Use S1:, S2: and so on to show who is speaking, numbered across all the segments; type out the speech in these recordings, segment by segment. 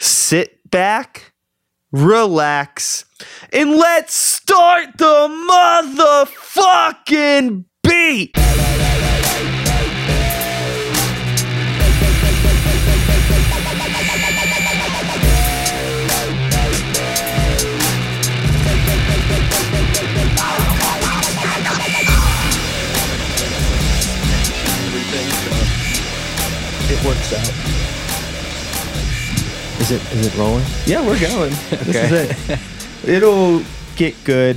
S1: sit back, relax, and let's start the motherfucking beat.
S2: It works out.
S3: Is it is it rolling?
S2: Yeah, we're going.
S3: Okay.
S2: This is it. It'll get good,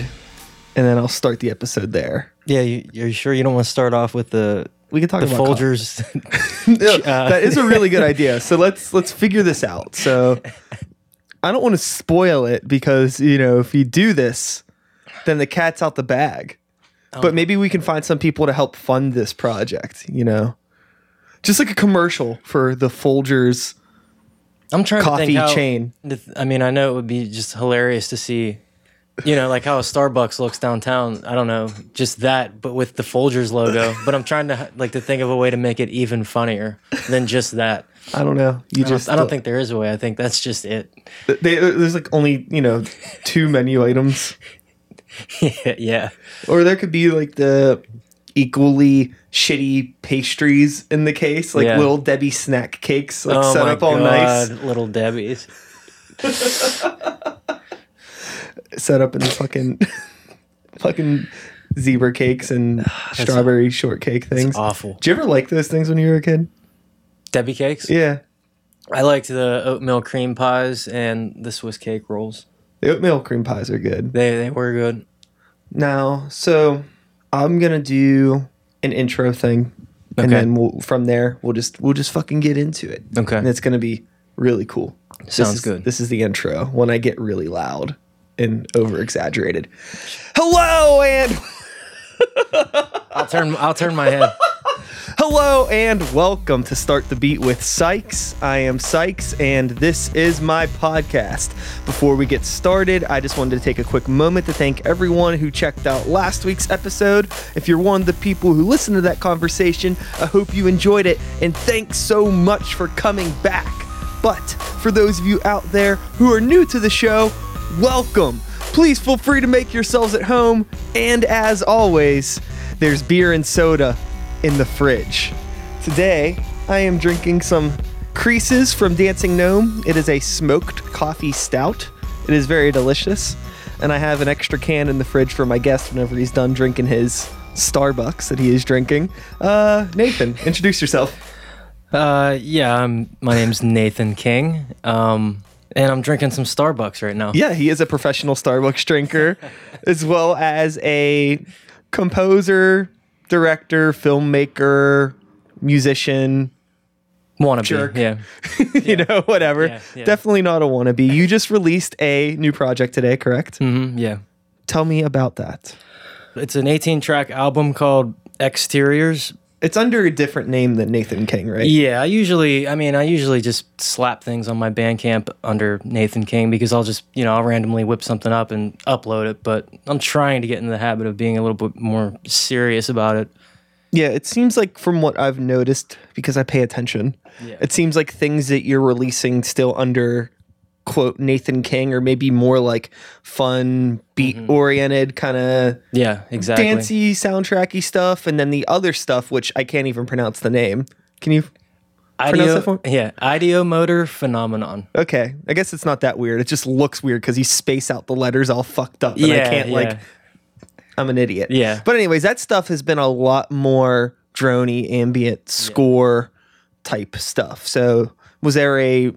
S2: and then I'll start the episode there.
S3: Yeah, you, you're sure you don't want to start off with the
S2: We can talk
S3: the
S2: about coffee.
S3: Folgers?
S2: No,
S3: Uh,
S2: that is a really good idea. So let's let's figure this out. So I don't want to spoil it because you know if you do this, then the cat's out the bag.
S3: Oh
S2: But maybe we can find some people to help fund this project. You know, just like a commercial for the Folgers
S3: I'm trying to
S2: coffee
S3: think how-
S2: chain.
S3: the th- I mean, I know it would be just hilarious to see, you know, like how a Starbucks looks downtown. I don't know, just that, but with the Folgers logo. But I'm trying to like to think of a way to make it even funnier than just that.
S2: I don't know. You
S3: I don't-
S2: just
S3: I don't think there is a way. I think that's just it.
S2: they, uh, there's like only you know two menu items.
S3: yeah.
S2: Or there could be like the equally shitty pastries in the case, like
S3: Yeah.
S2: little Debbie snack cakes, like
S3: oh
S2: set
S3: my
S2: up all
S3: God,
S2: nice,
S3: little Debbie's.
S2: set up in the fucking fucking zebra cakes and strawberry shortcake things.
S3: Awful
S2: Did you ever like those things when you were a kid?
S3: Debbie cakes.
S2: Yeah,
S3: I liked the oatmeal cream pies and the Swiss cake rolls.
S2: the oatmeal cream pies are good.
S3: They they were good.
S2: Now, so I'm gonna do an intro thing, and
S3: Okay.
S2: then we'll, from there we'll just we'll just fucking get into it.
S3: Okay.
S2: and it's gonna be really cool. This
S3: Sounds
S2: is-
S3: good.
S2: This is the intro when I get really loud and over exaggerated. Hello and
S3: I'll turn I'll turn my head.
S2: hello and welcome to start the beat with Sykes. I am Sykes and this is my podcast. Before we get started, I just wanted to take a quick moment to thank everyone who checked out last week's episode. If you're one of the people who listened to that conversation, I hope you enjoyed it and thanks so much for coming back. But for those of you out there who are new to the show, welcome. Please feel free to make yourselves at home. And as always, there's beer and soda in the fridge. Today, I am drinking some Creases from Dancing Gnome. It is a smoked coffee stout. It is very delicious. And I have an extra can in the fridge for my guest whenever he's done drinking his Starbucks that he is drinking. Uh, Nathan, introduce yourself.
S3: Uh, yeah, I'm, my name's Nathan King, um, and I'm drinking some Starbucks right now.
S2: Yeah, he is a professional Starbucks drinker, as well as a composer, director, filmmaker, musician.
S3: Wanna
S2: Jerk.
S3: be? Yeah,
S2: You know, whatever.
S3: Yeah, yeah.
S2: Definitely not a wannabe. You just released a new project today, correct?
S3: mm, yeah.
S2: Tell me about that.
S3: It's an 18 track album called Exteriors.
S2: It's under a different name than Nathan King, right?
S3: Yeah, I usually, I mean, I usually just slap things on my Bandcamp under Nathan King because I'll just, you know, I'll randomly whip something up and upload it. But I'm trying to get in the habit of being a little bit more serious about it.
S2: Yeah, it seems like from what I've noticed, because I pay attention, it seems like things that you're releasing still under quote Nathan King or maybe more like fun, beat oriented kind of
S3: Yeah, Mm-hmm. exactly.
S2: dancey soundtracky stuff and then the other stuff which i can't even pronounce the name can you Pronounce that for
S3: Ideo, yeah, ideomotor phenomenon.
S2: okay i guess it's not that weird it just looks weird because you space out the letters all fucked up and i can't like i'm an idiot
S3: Yeah.
S2: but anyways that stuff has been a lot more drony ambient score type stuff so was there a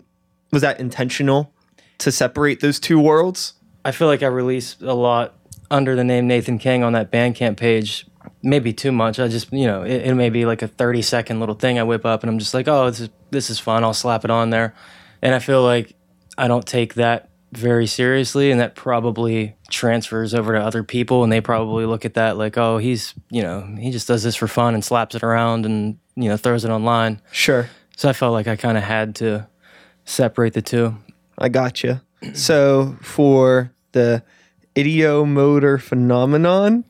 S2: was that intentional to separate those two worlds
S3: I feel like I release a lot under the name Nathan King on that Bandcamp page. Maybe too much. I just, you know, it, it may be like a 30 second little thing I whip up and I'm just like, oh, this is, this is fun. I'll slap it on there. And I feel like I don't take that very seriously. And that probably transfers over to other people. And they probably look at that like, oh, he's, you know, he just does this for fun and slaps it around and, you know, throws it online.
S2: sure
S3: So I felt like I kind of had to separate the two.
S2: I gotcha. So for the idiomotor phenomenon,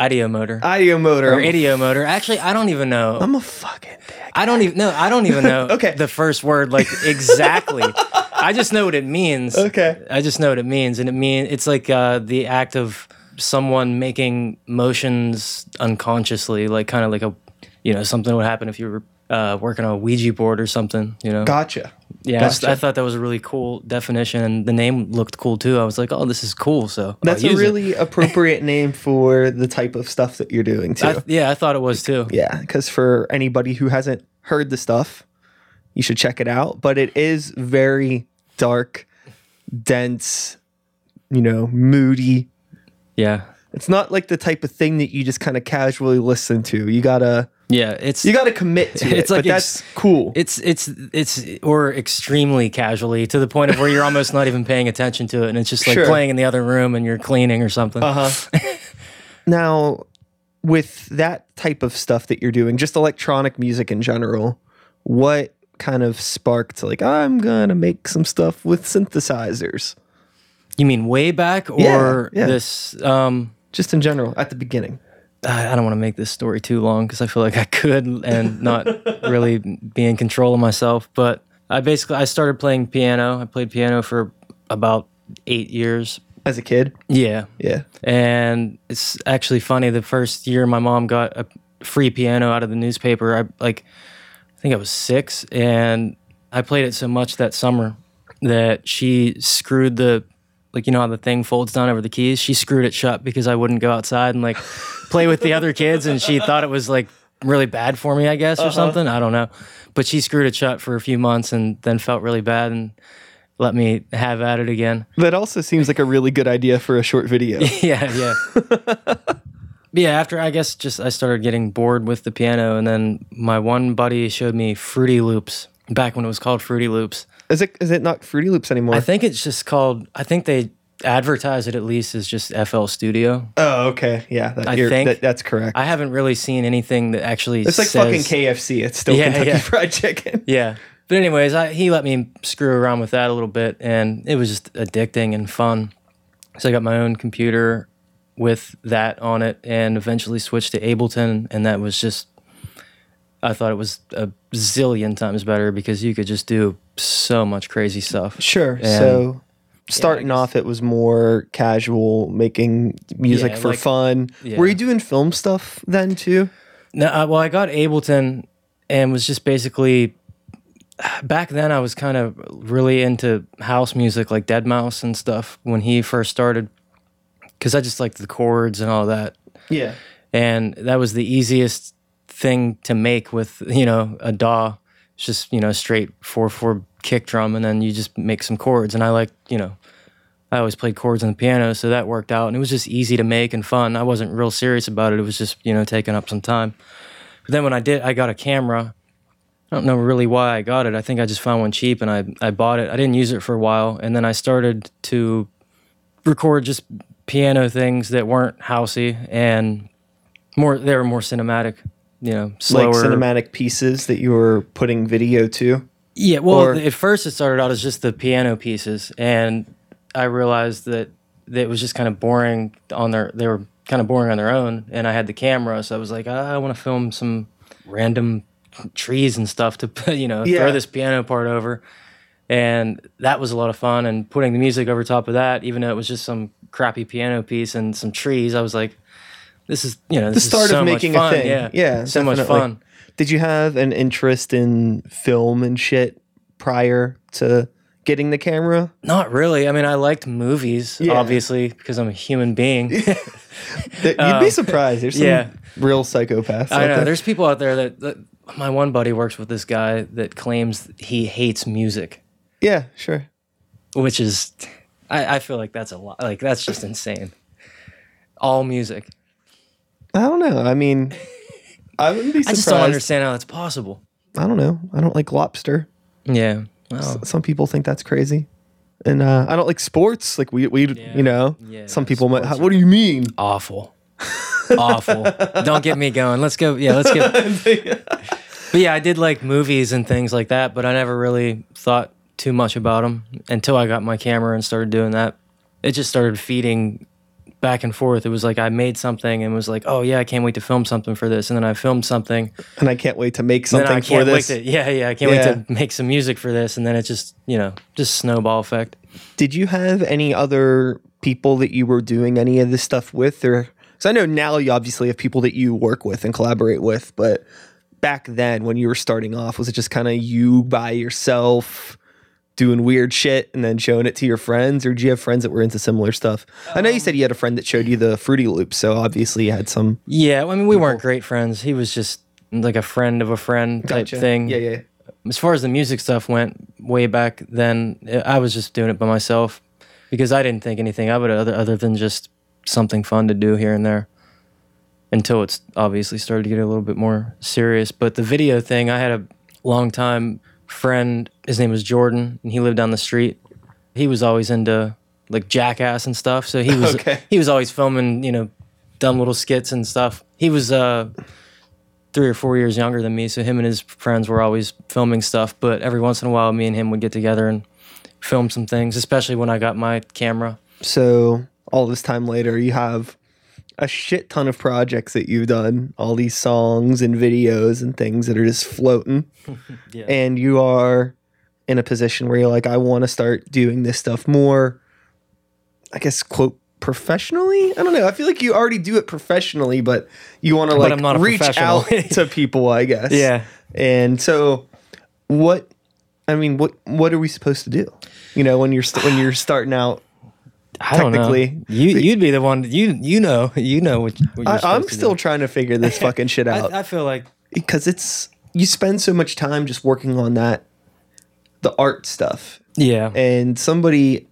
S3: Ideomotor.
S2: idiomotor,
S3: or
S2: I'm,
S3: idiomotor. Actually, I don't even know.
S2: I'm a fucking dick.
S3: I don't even no. I don't even know.
S2: Okay.
S3: The first word, like exactly. I just know what it means.
S2: Okay.
S3: I just know what it means, and it mean it's like uh, the act of someone making motions unconsciously, like kind of like a, you know, something would happen if you were uh, working on a Ouija board or something. You know.
S2: Gotcha.
S3: yeah. I just-
S2: gotcha.
S3: I thought that was a really cool definition, and the name looked cool too. I was like, oh, this is cool. So I'll
S2: That's a
S3: use it.
S2: really appropriate name for the type of stuff that you're doing too.
S3: I th- yeah, I thought it was too.
S2: Yeah, because for anybody who hasn't heard the stuff, you should check it out. But it is very dark, dense, you know, moody.
S3: Yeah.
S2: It's not like the type of thing that you just kind of casually listen to. You gotta
S3: Yeah. It's
S2: you gotta commit to it.
S3: It's like
S2: but
S3: ex-
S2: that's cool.
S3: It's it's it's or extremely casually to the point of where you're almost not even paying attention to it, and it's just like
S2: Sure.
S3: playing in the other room and you're cleaning or something.
S2: Uh-huh. now, with that type of stuff that you're doing, just electronic music in general, what kind of sparked like I'm gonna make some stuff with synthesizers?
S3: You mean way back or
S2: yeah.
S3: this? Um,
S2: Just in general, at the beginning.
S3: I I don't want to make this story too long because I feel like I could and not really be in control of myself. But I basically I started playing piano. I played piano for about eight years.
S2: As a kid.
S3: Yeah,
S2: Yeah.
S3: and it's actually funny the first year my mom got a free piano out of the newspaper i like i think i was six and i played it so much that summer that she screwed the like you know how the thing folds down over the keys she screwed it shut because i wouldn't go outside and like play with the other kids and she thought it was like really bad for me i guess or something i don't know but she screwed it shut for a few months and then felt really bad and let me have at it again
S2: That also seems like a really good idea for a short video.
S3: yeah, yeah. yeah, after I guess just I started getting bored with the piano and then my one buddy showed me Fruity Loops back when it was called Fruity Loops.
S2: is it is it not Fruity Loops anymore?
S3: I think it's just called I think they advertise it at least as just FL Studio.
S2: oh, okay. Yeah. That,
S3: I
S2: you're-
S3: think-
S2: that- that's correct.
S3: I haven't really seen anything that actually
S2: it's like
S3: says-
S2: fucking KFC. It's still
S3: Yeah,
S2: Kentucky
S3: yeah.
S2: Fried Chicken.
S3: Yeah. But anyways, I, he let me screw around with that a little bit, and it was just addicting and fun. So I got my own computer with that on it, and eventually switched to Ableton, and that was just. I thought it was a zillion times better because you could just do so much crazy stuff.
S2: Sure.
S3: And-
S2: so starting off, it was more casual, making music
S3: Yeah,
S2: for
S3: like-
S2: fun.
S3: yeah.
S2: Were you doing film stuff then too?
S3: No, I, well, I got Ableton and was just basically back then. I was kind of really into house music, like Dead Mouse and stuff, when he first started, because I just liked the chords and all that,
S2: Yeah.
S3: and that was the easiest thing to make with you know a DAW. It's just you know straight four four kick drum, and then you just make some chords. And I like you know. I always played chords on the piano, so that worked out, and it was just easy to make and fun. I wasn't real serious about it; it was just you know taking up some time. But then when I did, I got a camera. I don't know really why I got it. I think I just found one cheap and I, I bought it. I didn't use it for a while. And then I started to record just piano things that weren't housey and more, they were more cinematic, you know, slower.
S2: Like cinematic pieces that you were putting video to.
S3: Yeah, well,
S2: Or-
S3: at first it started out as just the piano pieces, and I realized that, that it was just kind of boring on their. They were kind of boring on their own, and I had the camera, so I was like, ah, I want to film some random trees and stuff to you know
S2: Yeah.
S3: throw this piano part over, and that was a lot of fun. And putting the music over top of that, even though it was just some crappy piano piece and some trees, I was like, this is you know this is
S2: start of
S3: so much
S2: making a
S3: fun.
S2: thing.
S3: Yeah,
S2: Yeah,
S3: so much
S2: definitely.
S3: fun.
S2: Did you have an interest in film and shit prior to getting the camera?
S3: Not really. I mean, I liked movies, obviously, because I'm a human being.
S2: That- You'd be surprised. There's some
S3: Um, yeah.
S2: real psychopaths.
S3: I
S2: out
S3: know.
S2: there.
S3: There's people out there that, that my one buddy works with this guy that claims he hates music,
S2: Yeah, sure.
S3: which is, I, I feel like that's a lot. Like that's just insane. All music.
S2: I don't know. I mean, I wouldn't be surprised.
S3: I just don't understand how that's possible.
S2: I don't know. I don't like lobster.
S3: Yeah. Well,
S2: Some people think that's crazy. And uh, I don't like sports. Like we, we, you know,
S3: Yeah,
S2: some people might.
S3: sports
S2: What do you mean?
S3: awful. awful. Don't get me going. Let's go. Yeah, let's go. But yeah, I did like movies and things like that, but I never really thought too much about them until I got my camera and started doing that. It just started feeding back and forth. It was like I made something and was like, oh yeah, I can't wait to film something for this, and then I filmed something.
S2: and I can't wait to make
S3: and
S2: something
S3: then I
S2: for
S3: can't
S2: this.
S3: wait to yeah yeah I can't
S2: Yeah.
S3: wait to make some music for this, and then it just you know just snowball effect.
S2: Did you have any other people that you were doing any of this stuff with, or because I know now you obviously have people that you work with and collaborate with, but back then when you were starting off, was it just kind of you by yourself? Doing weird shit and then showing it to your friends, or do you have friends that were into similar stuff? I know you said you had a friend that showed you the Fruity Loops, so obviously you had some
S3: Yeah, I mean we weren't great friends. He was just like a friend of a friend type thing.
S2: Yeah, yeah.
S3: as far as the music stuff went way back then i- i was just doing it by myself because i didn't think anything of it other, other than just something fun to do here and there until it's obviously started to get a little bit more serious but the video thing i had a long time friend his name was jordan and he lived down the street he was always into like jackass and stuff so he was
S2: Okay.
S3: he was always filming you know dumb little skits and stuff he was uh three or four years younger than me, so him and his friends were always filming stuff. But every once in a while, me and him would get together and film some things, especially when I got my camera.
S2: So all this time later, you have a shit ton of projects that you've done, all these songs and videos and things that are just floating.
S3: Yeah.
S2: And you are in a position where you're like, I want to start doing this stuff more, I guess, quote, professionally? I don't know. I feel like you already do it professionally, but you want to like
S3: I'm not a
S2: reach
S3: professional.
S2: out to people, I guess. And so what I mean, what what are we supposed to do? You know, when you're st- when you're starting out
S3: I don't know.
S2: Technically.
S3: You you'd be the one. You you know you know what. what you're
S2: I, I'm
S3: supposed to
S2: still
S3: do.
S2: trying to figure this fucking shit out
S3: I, I feel like
S2: because it's you spend so much time just working on that, the art stuff.
S3: yeah.
S2: And somebody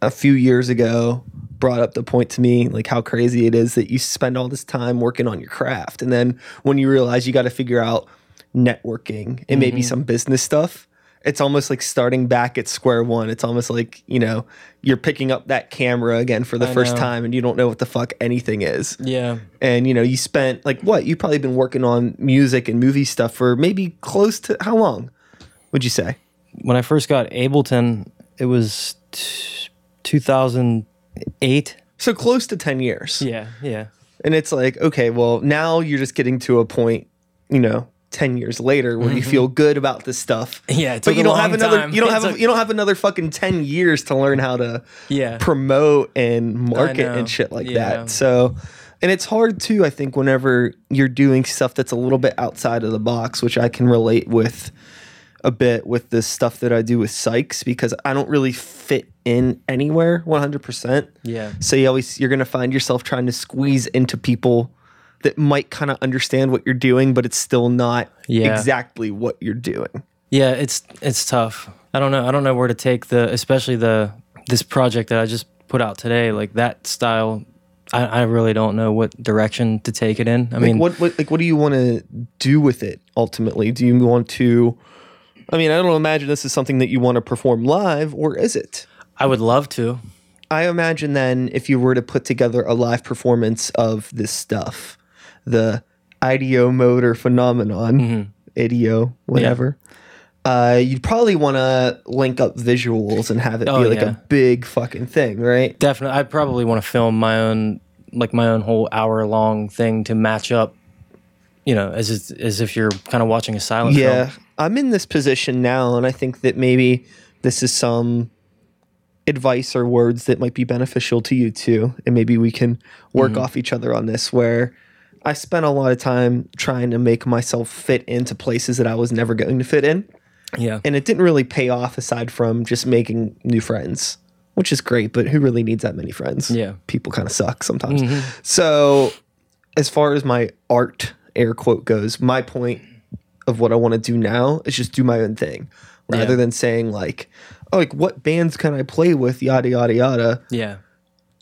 S2: a few years ago brought up the point to me like how crazy it is that you spend all this time working on your craft and then when you realize you got to figure out networking and
S3: Mm-hmm.
S2: maybe some business stuff it's almost like starting back at square one it's almost like you know you're picking up that camera again for the first
S3: know.
S2: time and you don't know what the fuck anything is
S3: yeah.
S2: and you know you spent like what you've probably been working on music and movie stuff for maybe close to how long would you say
S3: When I first got Ableton, it was t- 2008.
S2: so close to 10 years
S3: Yeah. Yeah.
S2: and it's like okay well now you're just getting to a point you know 10 years later where you feel good about this stuff
S3: Mm-hmm. Yeah, it
S2: but
S3: took
S2: you
S3: a
S2: don't
S3: long
S2: have another
S3: time.
S2: you don't
S3: It
S2: have
S3: took-
S2: you don't have another fucking 10 years to learn how to
S3: Yeah.
S2: promote and market
S3: know.
S2: and shit like
S3: Yeah.
S2: that so and it's hard too i think whenever you're doing stuff that's a little bit outside of the box which i can relate with a bit with this stuff that i do with psychs because i don't really fit in anywhere 100%
S3: yeah.
S2: so you always you're gonna find yourself trying to squeeze into people that might kind of understand what you're doing, but it's still not
S3: Yeah.
S2: exactly what you're doing.
S3: Yeah, it's it's tough. I don't know. I don't know where to take the, especially the this project that I just put out today. Like that style, I, I really don't know what direction to take it in. I mean,
S2: What, what like what do you want to do with it ultimately? Do you want to? I mean, I don't imagine this is something that you want to perform live, or is it?
S3: I would love to.
S2: I imagine then if you were to put together a live performance of this stuff, the ideomotor phenomenon,
S3: Mm-hmm.
S2: idio, whatever, uh, you'd probably want to link up visuals and have it
S3: Oh,
S2: be like
S3: yeah.
S2: a big fucking thing, right?
S3: Definitely, I probably want to film my own, like my own whole hour long thing to match up. You know, as if- as if you're kind of watching a silent
S2: Yeah,
S3: film.
S2: I'm in this position now, and I think that maybe this is some advice or words that might be beneficial to you too, and maybe we can work off each other on this. Where I spent a lot of time trying to make myself fit into places that I was never going to fit in,
S3: Yeah,
S2: and it didn't really pay off aside from just making new friends, which is great, but who really needs that many friends?
S3: Yeah. Mm-hmm.
S2: people kind of suck sometimes. So, as far as my art air quote goes, my point of what I want to do now is just do my own thing rather
S3: Yeah.
S2: than saying like, oh, like what bands can I play with? Yada yada yada.
S3: yeah,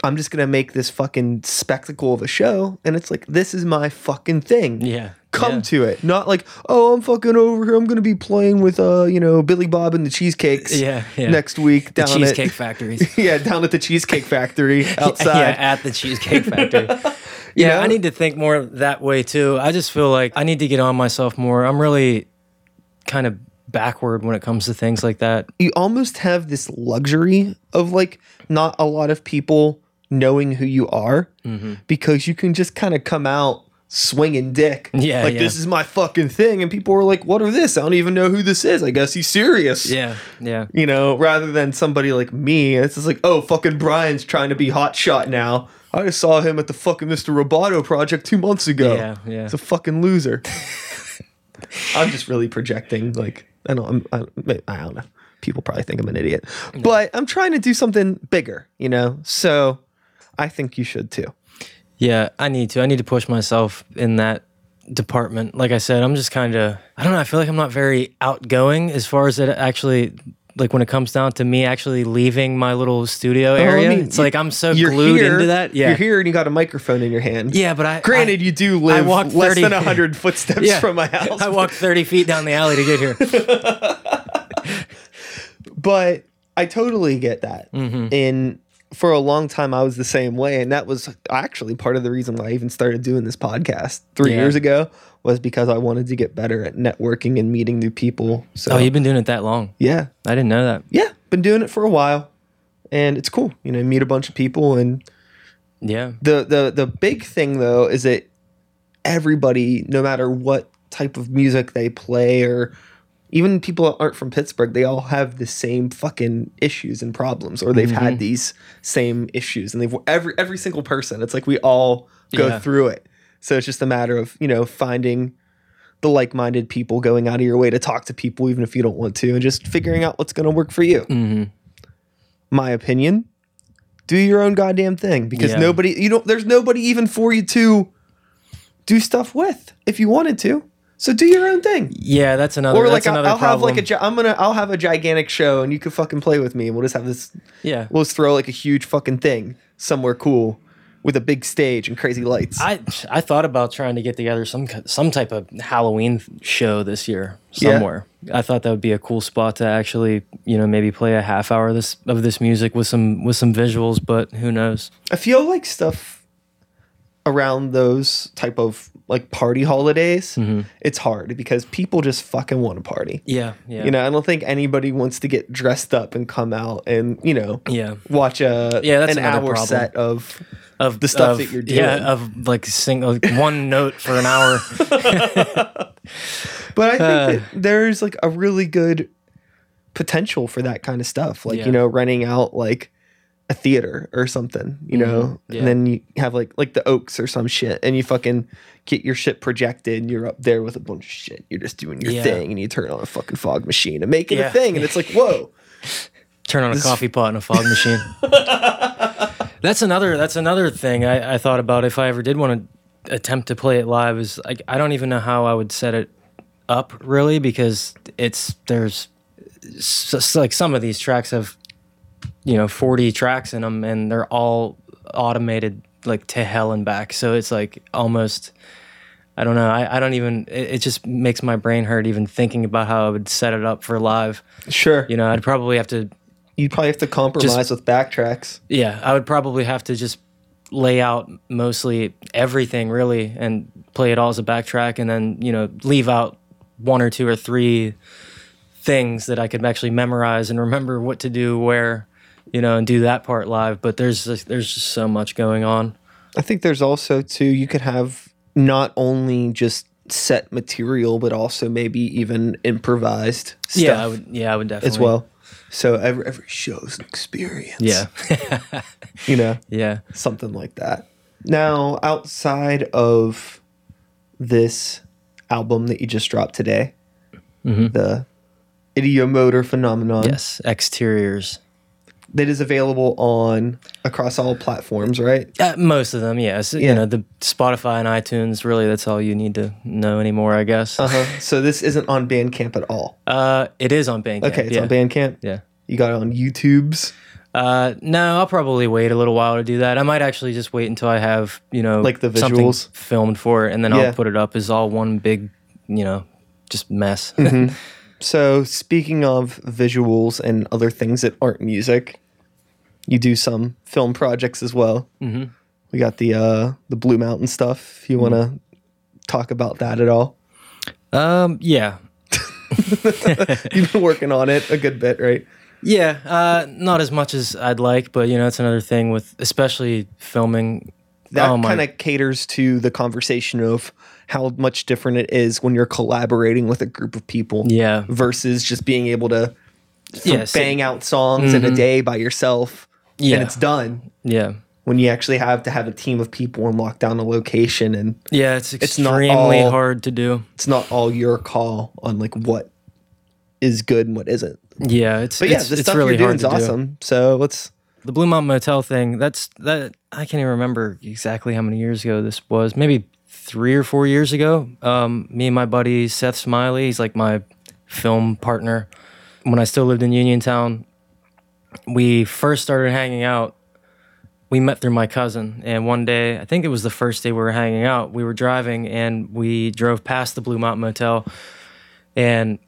S2: I'm just gonna make this fucking spectacle of a show, and it's like this is my fucking thing.
S3: yeah.
S2: Come
S3: yeah.
S2: to it, not like oh I'm fucking over here. I'm gonna be playing with uh you know Billy Bob and the Cheesecakes
S3: Yeah, yeah.
S2: next week down
S3: cheesecake
S2: at
S3: factories.
S2: yeah down at the Cheesecake Factory outside.
S3: Yeah, at the Cheesecake Factory. yeah,
S2: know?
S3: I need to think more that way too. I just feel like I need to get on myself more. I'm really kind of backward when it comes to things like that.
S2: you almost have this luxury of like not a lot of people knowing who you are
S3: Mm-hmm.
S2: because you can just kind of come out swinging dick.
S3: Yeah,
S2: like
S3: yeah.
S2: this is my fucking thing, and people are like, "What are this? I don't even know who this is. I guess he's serious."
S3: Yeah, yeah.
S2: You know, rather than somebody like me, it's just like, oh, fucking Brian's trying to be hot shot now. I just saw him at the fucking Mr. Roboto project two months ago.
S3: Yeah, yeah.
S2: It's a fucking loser. I'm just really projecting. Like, I don't, I'm, I, I don't know. People probably think I'm an idiot, but I'm trying to do something bigger, you know? So I think you should too.
S3: Yeah, I need to. I need to push myself in that department. Like I said, I'm just kind of, I don't know, I feel like I'm not very outgoing as far as it actually, like when it comes down to me actually leaving my little studio
S2: I
S3: area.
S2: mean,
S3: it's
S2: you-
S3: like I'm so
S2: You're
S3: glued
S2: here,
S3: into that.
S2: You're
S3: Yeah.
S2: here and you got a microphone in your hand.
S3: Yeah, but I.
S2: Granted,
S3: I,
S2: you do live
S3: walked
S2: less
S3: 30
S2: than 100 footsteps
S3: yeah,
S2: from my house.
S3: I walked 30 feet down the alley to get here.
S2: but I totally get that.
S3: Mm-hmm.
S2: And for a long time, I was the same way, and that was actually part of the reason why I even started doing this podcast three
S3: Yeah.
S2: years ago was because I wanted to get better at networking and meeting new people. So
S3: Oh, you've been doing it that long.
S2: yeah,
S3: I didn't know that.
S2: yeah, been doing it for a while, and it's cool. You know, meet a bunch of people, and
S3: Yeah.
S2: the the the big thing though is that everybody, no matter what type of music they play or even people that aren't from Pittsburgh, they all have the same fucking issues and problems, or they've
S3: Mm-hmm.
S2: had these same issues, and they've every every single person. It's like we all go
S3: Yeah.
S2: through it, so it's just a matter of you know finding the like-minded people, going out of your way to talk to people, even if you don't want to, and just figuring out what's going to work for you.
S3: Mm-hmm.
S2: My opinion: do your own goddamn thing because
S3: Yeah.
S2: nobody, you don't. There's nobody even for you to do stuff with if you wanted to. So do your own thing
S3: Yeah, that's another.
S2: or like
S3: that's
S2: I'll,
S3: another
S2: I'll have like a
S3: problem.
S2: gi- I'm gonna I'll have a gigantic show and you can fucking play with me and we'll just have this
S3: yeah.
S2: we'll just throw like a huge fucking thing somewhere cool with a big stage and crazy lights.
S3: I I thought about trying to get together some ki- some type of Halloween show this year
S2: Yeah.
S3: somewhere. I thought that would be a cool spot to actually, you know, maybe play a half hour of this of this music with some with some visuals, but who knows?
S2: I feel like stuff around those type of like party holidays.
S3: Mm-hmm.
S2: It's hard because people just fucking want to party.
S3: Yeah, yeah.
S2: You know, I don't think anybody wants to get dressed up and come out and you know
S3: Yeah.
S2: watch a
S3: Yeah, that's
S2: an
S3: another
S2: hour
S3: problem.
S2: set of
S3: of
S2: the stuff
S3: of-
S2: that you're doing.
S3: Yeah, of like single one note for an hour.
S2: But I think that there's like a really good potential for that kind of stuff. Like,
S3: Yeah.
S2: you know, renting out like a theater or something, you know,
S3: Mm-hmm. yeah.
S2: and then you have like like the Oaks or some shit and you fucking get your shit projected and you're up there with a bunch of shit. You're just doing your
S3: Yeah.
S2: thing and you turn on a fucking fog machine and make it
S3: Yeah.
S2: a thing. And it's like, whoa.
S3: Turn on a coffee pot and a fog machine. that's another. That's another thing I, I thought about. If I ever did want to attempt to play it live, is like I don't even know how I would set it up really because it's there's s- s- like some of these tracks have you know 40 tracks in them and they're all automated like to hell and back. So it's like almost. I don't know. I, I don't even. It, it just makes my brain hurt even thinking about how I would set it up for live.
S2: Sure.
S3: You know, I'd probably have to
S2: You'd probably have to compromise with backtracks.
S3: yeah, I would probably have to just lay out mostly everything really and play it all as a backtrack and then, you know, leave out one or two or three things that I could actually memorize and remember what to do where, you know, and do that part live, but there's just, there's just so much going on.
S2: I think there's also too you could have not only just set material but also maybe even improvised stuff.
S3: Yeah, I would yeah, I would definitely
S2: as well. So every every show's an experience.
S3: Yeah.
S2: You know,
S3: yeah.
S2: something like that. Now, outside of this album that you just dropped today,
S3: Mm-hmm.
S2: the Idiomotor Phenomenon
S3: Yes, exteriors.
S2: that is available on across all platforms, right?
S3: Uh, most of them, yes.
S2: Yeah.
S3: You know, the Spotify and iTunes, really that's all you need to know anymore, I guess. uh
S2: Uh-huh. so this isn't on Bandcamp at all.
S3: it is on Bandcamp.
S2: Okay, it's
S3: yeah.
S2: on Bandcamp.
S3: Yeah.
S2: You got it on YouTube's,
S3: Uh, no, I'll probably wait a little while to do that. I might actually just wait until I have, you know,
S2: Like the
S3: something
S2: visuals?
S3: filmed for it, and then
S2: Yeah.
S3: I'll put it up as all one big, you know, just mess.
S2: Mm-hmm. So, speaking of visuals and other things that aren't music, you do some film projects as well. Mm-hmm. We got the uh, the Blue Mountain stuff. If you want
S3: Mm-hmm.
S2: to talk about that at all,
S3: um, yeah,
S2: you've been working on it a good bit, right?
S3: Yeah, uh, not as much as I'd like, but you know, it's another thing with especially filming.
S2: That
S3: Oh, my-
S2: kind of caters to the conversation of how much different it is when you're collaborating with a group of people
S3: Yeah,
S2: versus just being able to
S3: yeah, so-
S2: bang out songs in a day by yourself
S3: Mm-hmm. Yeah.
S2: and it's done.
S3: yeah,
S2: When you actually have to have a team of people and lock down a location and
S3: yeah. It's
S2: not
S3: extremely
S2: all-
S3: hard to do.
S2: it's not all your call on like what is good and what isn't.
S3: Yeah, it's
S2: But yeah,
S3: it's,
S2: the
S3: it's
S2: stuff
S3: really
S2: you're doing
S3: hard
S2: is
S3: to do.
S2: awesome. So let's
S3: The Blue Mountain Motel thing. That's that. I can't even remember exactly how many years ago this was. Maybe three or four years ago. Um, me and my buddy Seth Smiley. He's like my film partner. When I still lived in Uniontown, we first started hanging out. We met through my cousin, and one day, I think it was the first day we were hanging out. We were driving, and we drove past the Blue Mountain Motel, and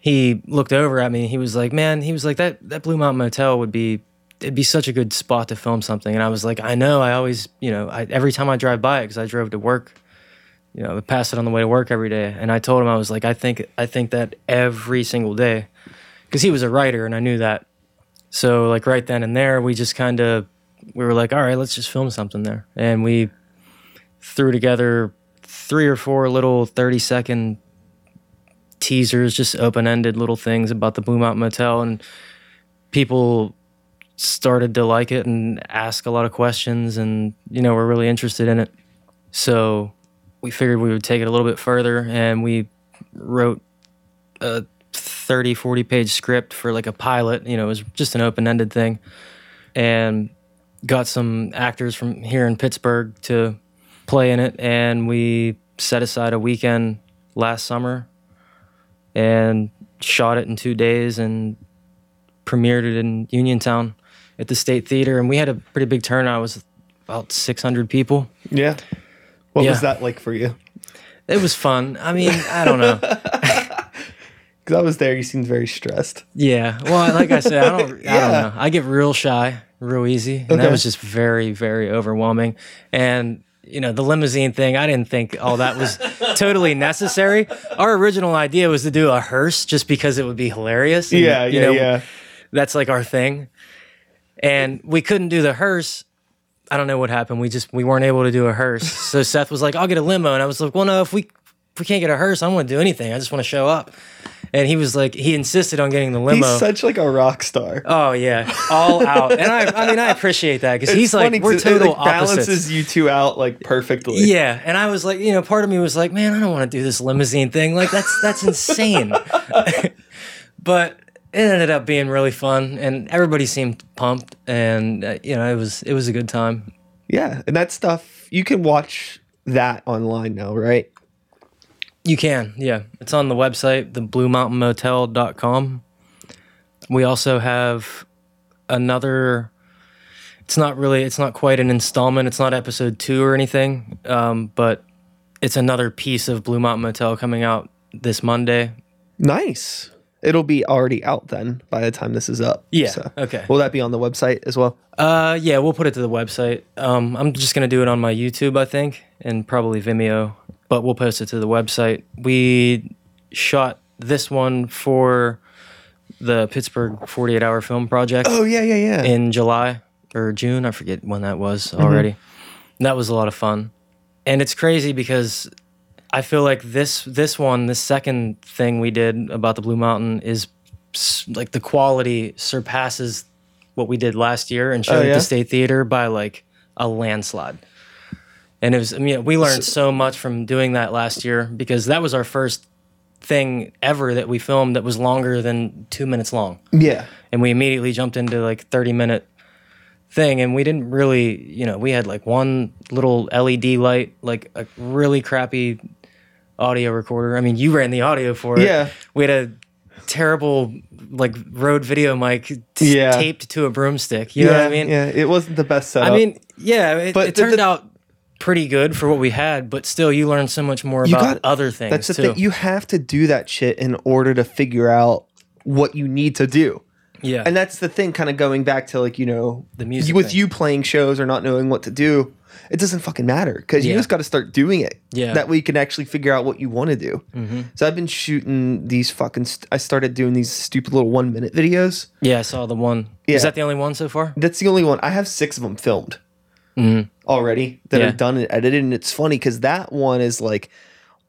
S3: he looked over at me and he was like, "Man, he was like that that Blue Mountain Motel would be it'd be such a good spot to film something." And I was like, "I know. I always, you know, I, every time I drive by it because I drove to work, you know, I pass it on the way to work every day." And I told him I was like, "I think I think that every single day." Cuz he was a writer and I knew that. So like right then and there, we just kind of we were like, "All right, let's just film something there." And we threw together three or four little 30 second teasers, just open ended little things about the Blue Mountain Motel, and people started to like it and ask a lot of questions, and you know, we're really interested in it. So we figured we would take it a little bit further, and we wrote a 30, 40 page script for like a pilot. You know, it was just an open ended thing, and got some actors from here in Pittsburgh to play in it, and we set aside a weekend last summer and shot it in two days and premiered it in Uniontown at the State Theater. And we had a pretty big turnout. It was about 600 people.
S2: yeah. What was
S3: Yeah.
S2: that like for you?
S3: It was fun. I mean, I don't know.
S2: Because I was there, you seemed very stressed.
S3: Yeah. Well, like I said, I don't. I
S2: Yeah.
S3: don't know. I get real shy, real easy, and
S2: Okay.
S3: that was just very, very overwhelming. And you know, the limousine thing, I didn't think all that was totally necessary. Our original idea was to do a hearse, just because it would be hilarious. and,
S2: Yeah,
S3: you
S2: yeah,
S3: know,
S2: yeah.
S3: That's like our thing, and we couldn't do the hearse. I don't know what happened. We just we weren't able to do a hearse. So Seth was like, "I'll get a limo," and I was like, "Well, no, if we if we can't get a hearse, I don't want to do anything. I just want to show up." And he was like, he insisted on getting the limo.
S2: He's such like a rock star.
S3: Oh yeah, all out. And I, I mean, I appreciate that because he's
S2: It's
S3: like
S2: funny
S3: we're
S2: 'cause it,
S3: total
S2: like,
S3: opposites.
S2: balances you two out like perfectly.
S3: yeah, and I was like, you know, part of me was like, man, I don't want to do this limousine thing. Like that's that's insane. but it ended up being really fun, and everybody seemed pumped, and uh, you know, it was it was a good time.
S2: Yeah, and that stuff you can watch that online now, right?
S3: You can, yeah. It's on the website, thebluemountainmotel.com. We also have another it's not really it's not quite an installment, it's not episode 2 or anything, um, but it's another piece of Blue Mountain Motel coming out this Monday.
S2: Nice. It'll be already out then by the time this is up.
S3: Yeah,
S2: So.
S3: okay.
S2: Will that be on the website as well?
S3: Uh yeah, we'll put it to the website. Um I'm just going to do it on my YouTube, I think, and probably Vimeo, but we'll post it to the website. We shot this one for the Pittsburgh 48 hour film project
S2: Oh yeah, yeah, yeah. Mm-hmm.
S3: in July or June, I forget when that was already. That was a lot of fun. And it's crazy because I feel like this this one, this second thing we did about the Blue Mountain is s- like the quality surpasses what we did last year and showed
S2: Oh,
S3: at
S2: yeah?
S3: the State Theater by like a landslide. And it was, I mean, we learned so much from doing that last year because that was our first thing ever that we filmed that was longer than two minutes long
S2: yeah.
S3: and we immediately jumped into like 30 minute thing and we didn't really you know we had like one little led light like a really crappy audio recorder i mean you ran the audio for it
S2: Yeah.
S3: we had a terrible like road video mic t-
S2: Yeah.
S3: taped to a broomstick you know
S2: yeah,
S3: what i mean
S2: yeah. It wasn't the best setup.
S3: i mean yeah it,
S2: But
S3: it
S2: the-
S3: turned
S2: the-
S3: out pretty good for what we had but still you learned so much more about
S2: got-
S3: other things
S2: that's the
S3: too
S2: thing. You have to do that shit in order to figure out what you need to do.
S3: Yeah.
S2: and that's the thing kind of going back to like you know
S3: The music
S2: you- with
S3: thing.
S2: you playing shows or not knowing what to do it doesn't fucking matter because you
S3: Yeah.
S2: just got to start doing it
S3: Yeah. Mm-hmm.
S2: that way you can actually figure out what you want to do so i've been shooting these fucking st- i started doing these stupid little one minute videos
S3: yeah, I saw the one.
S2: Yeah.
S3: Is that the only one so far?
S2: that's the only one i have six of them filmed already that
S3: Yeah.
S2: are done and edited and it's funny because that one is like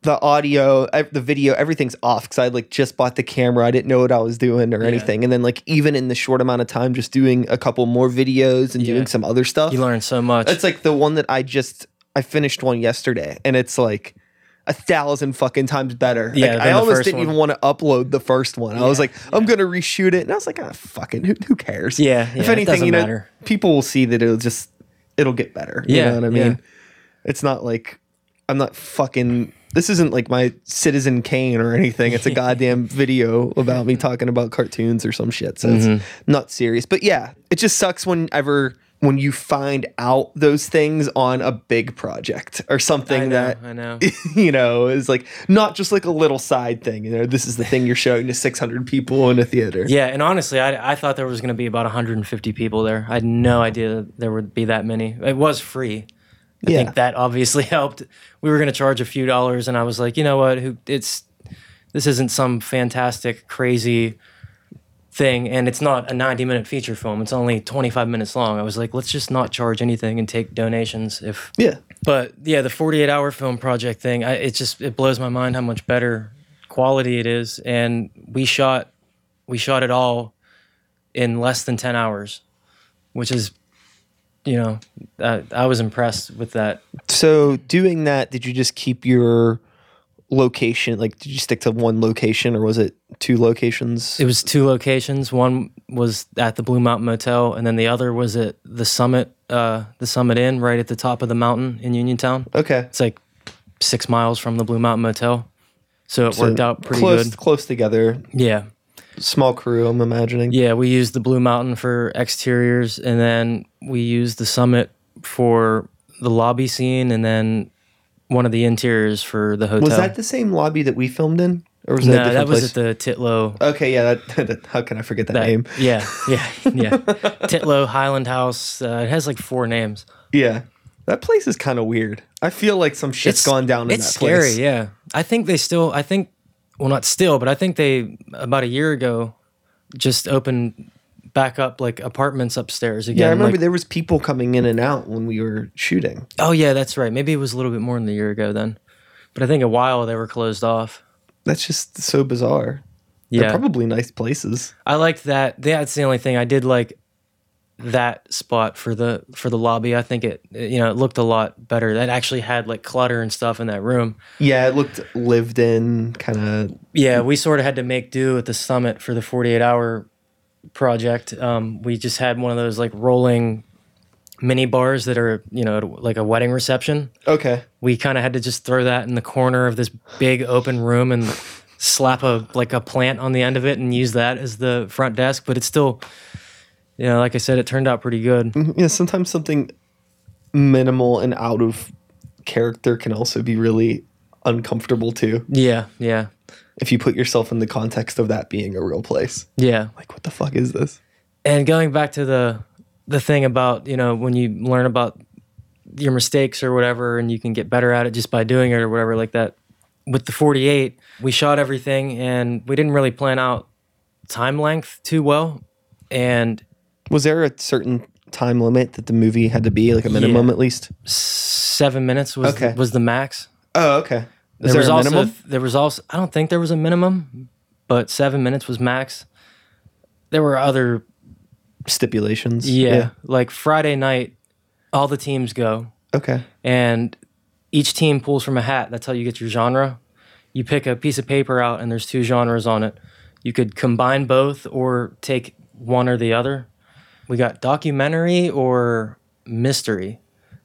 S2: the audio ev- the video everything's off because i like just bought the camera i didn't know what i was doing or anything and then like even in the short amount of time just doing a couple more videos and doing some other stuff
S3: You learn so much.
S2: it's like the one that i just i finished one yesterday and it's like a thousand fucking times better.
S3: Yeah,
S2: like,
S3: than
S2: I
S3: the
S2: almost
S3: first
S2: didn't
S3: one.
S2: even want to upload the first one. I was like, I'm gonna reshoot it, and I was like, ah, fucking, who, who cares?
S3: Yeah, yeah,
S2: if
S3: it
S2: anything,
S3: doesn't
S2: you know,
S3: matter.
S2: people will see that it'll just it'll get better. you
S3: Yeah,
S2: know what I
S3: yeah.
S2: mean. It's not like I'm not fucking. This isn't like my Citizen Kane or anything. It's a goddamn video about me talking about cartoons or some shit. So it's
S3: Mm-hmm.
S2: not serious. But yeah, it just sucks whenever when you find out those things on a big project or something
S3: I know,
S2: that
S3: I know.
S2: you know, is like not just like a little side thing. You know, this is the thing you're showing to 600 people in a theater.
S3: Yeah, and honestly, I, I thought there was going to be about 150 people there. I had no idea that there would be that many. It was free. I
S2: Yeah.
S3: think that obviously helped. We were going to charge a few dollars, and I was like, you know what? Who it's this isn't some fantastic crazy thing, and it's not a 90 minute feature film. It's only 25 minutes long. I was like, let's just not charge anything and take donations if
S2: yeah,
S3: but yeah, the 48 hour film project thing, I, it just it blows my mind how much better quality it is. And we shot we shot it all in less than 10 hours, which is, you know, uh, I was impressed with that.
S2: So doing that, did you just keep your location? Like, did you stick to one location, or was it two locations?
S3: It was two locations. One was at the Blue Mountain Motel, and then the other was at the Summit, uh, the Summit Inn, right at the top of the mountain in Uniontown.
S2: okay,
S3: It's like six miles from the Blue Mountain Motel, so it worked out pretty
S2: close,
S3: good.
S2: close together,
S3: Yeah,
S2: small crew. I'm imagining.
S3: Yeah, we used the Blue Mountain for exteriors, and then we used the Summit for the lobby scene, and then one of the interiors for the hotel.
S2: Was that the same lobby that we filmed in, or was that a
S3: no,
S2: different
S3: that was
S2: place?
S3: at the Titlow.
S2: okay, yeah. That, that, how can I forget that,
S3: that-
S2: name?
S3: Yeah, yeah, yeah. Titlow Highland House. Uh, it has like four names.
S2: Yeah, that place is kind of weird. I feel like some shit's gone down in
S3: it's
S2: that
S3: scary.
S2: place.
S3: Yeah, I think they still. I think, well, not still, but I think they about a year ago just opened back up like apartments upstairs again.
S2: Yeah, I remember
S3: like-
S2: there was people coming in and out when we were shooting.
S3: Oh yeah, that's right. Maybe it was a little bit more than a year ago then, but I think a while they were closed off.
S2: That's just so bizarre. They're
S3: Yeah,
S2: probably nice places.
S3: I liked that. That's the only thing I did like that spot for the for the lobby. I think it you know it looked a lot better. That actually had like clutter and stuff in that room.
S2: Yeah, it looked lived in, kind of
S3: Yeah, we sort of had to make do at the summit for the forty eight hour project. Um, we just had one of those like rolling mini bars that are you know like a wedding reception.
S2: okay.
S3: we kind of had to just throw that in the corner of this big open room and slap a like a plant on the end of it and use that as the front desk but it's still you know like i said it turned out pretty good
S2: Yeah, sometimes something minimal and out of character can also be really uncomfortable too
S3: yeah yeah
S2: if you put yourself in the context of that being a real place.
S3: yeah
S2: Like, what the fuck is this?
S3: and going back to the the thing about you know when you learn about your mistakes or whatever and you can get better at it just by doing it or whatever like that with the 48 we shot everything and we didn't really plan out time length too well and
S2: Was there a certain time limit that the movie had to be, like a minimum at least?
S3: seven minutes was
S2: Okay.
S3: was the max
S2: Oh, okay. Is
S3: there
S2: there,
S3: was
S2: a
S3: also
S2: minimum?
S3: there was also I don't think there was a minimum, but seven minutes was max. There were other
S2: Stipulations.
S3: yeah, like Friday night, all the teams go
S2: Okay.
S3: and each team pulls from a hat. That's how you get your genre. You pick a piece of paper out and there's two genres on it. You could combine both or take one or the other. We got documentary or mystery,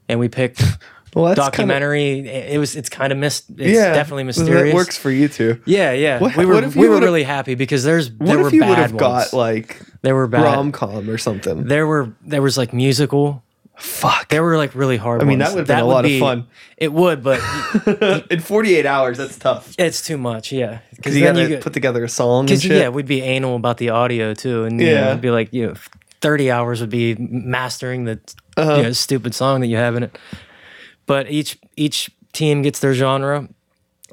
S3: and we picked
S2: Well, that's kinda-
S3: documentary. it was it's kind of mist. It's definitely
S2: well,
S3: mysterious.
S2: That works for you too.
S3: Yeah, yeah.
S2: What-
S3: we were
S2: what if you
S3: we were
S2: would've-
S3: really happy because there's
S2: What
S3: there were
S2: if you would
S3: bad
S2: have
S3: ones.
S2: got like
S3: there were bad.
S2: rom com or something?
S3: there were there was like musical.
S2: Fuck.
S3: There were like really hard.
S2: I mean,
S3: ones.
S2: that would've been a lot of fun.
S3: It would, but
S2: In 48 hours, that's tough.
S3: it's too much. Yeah,
S2: Because you
S3: then
S2: got to
S3: get-
S2: put together a song and
S3: Because
S2: shit.
S3: yeah, we'd be anal about the audio too, and yeah,
S2: Yeah.
S3: it'd be like you know, thirty hours would be mastering the you know, stupid song that you have in it. But each each team gets their genre,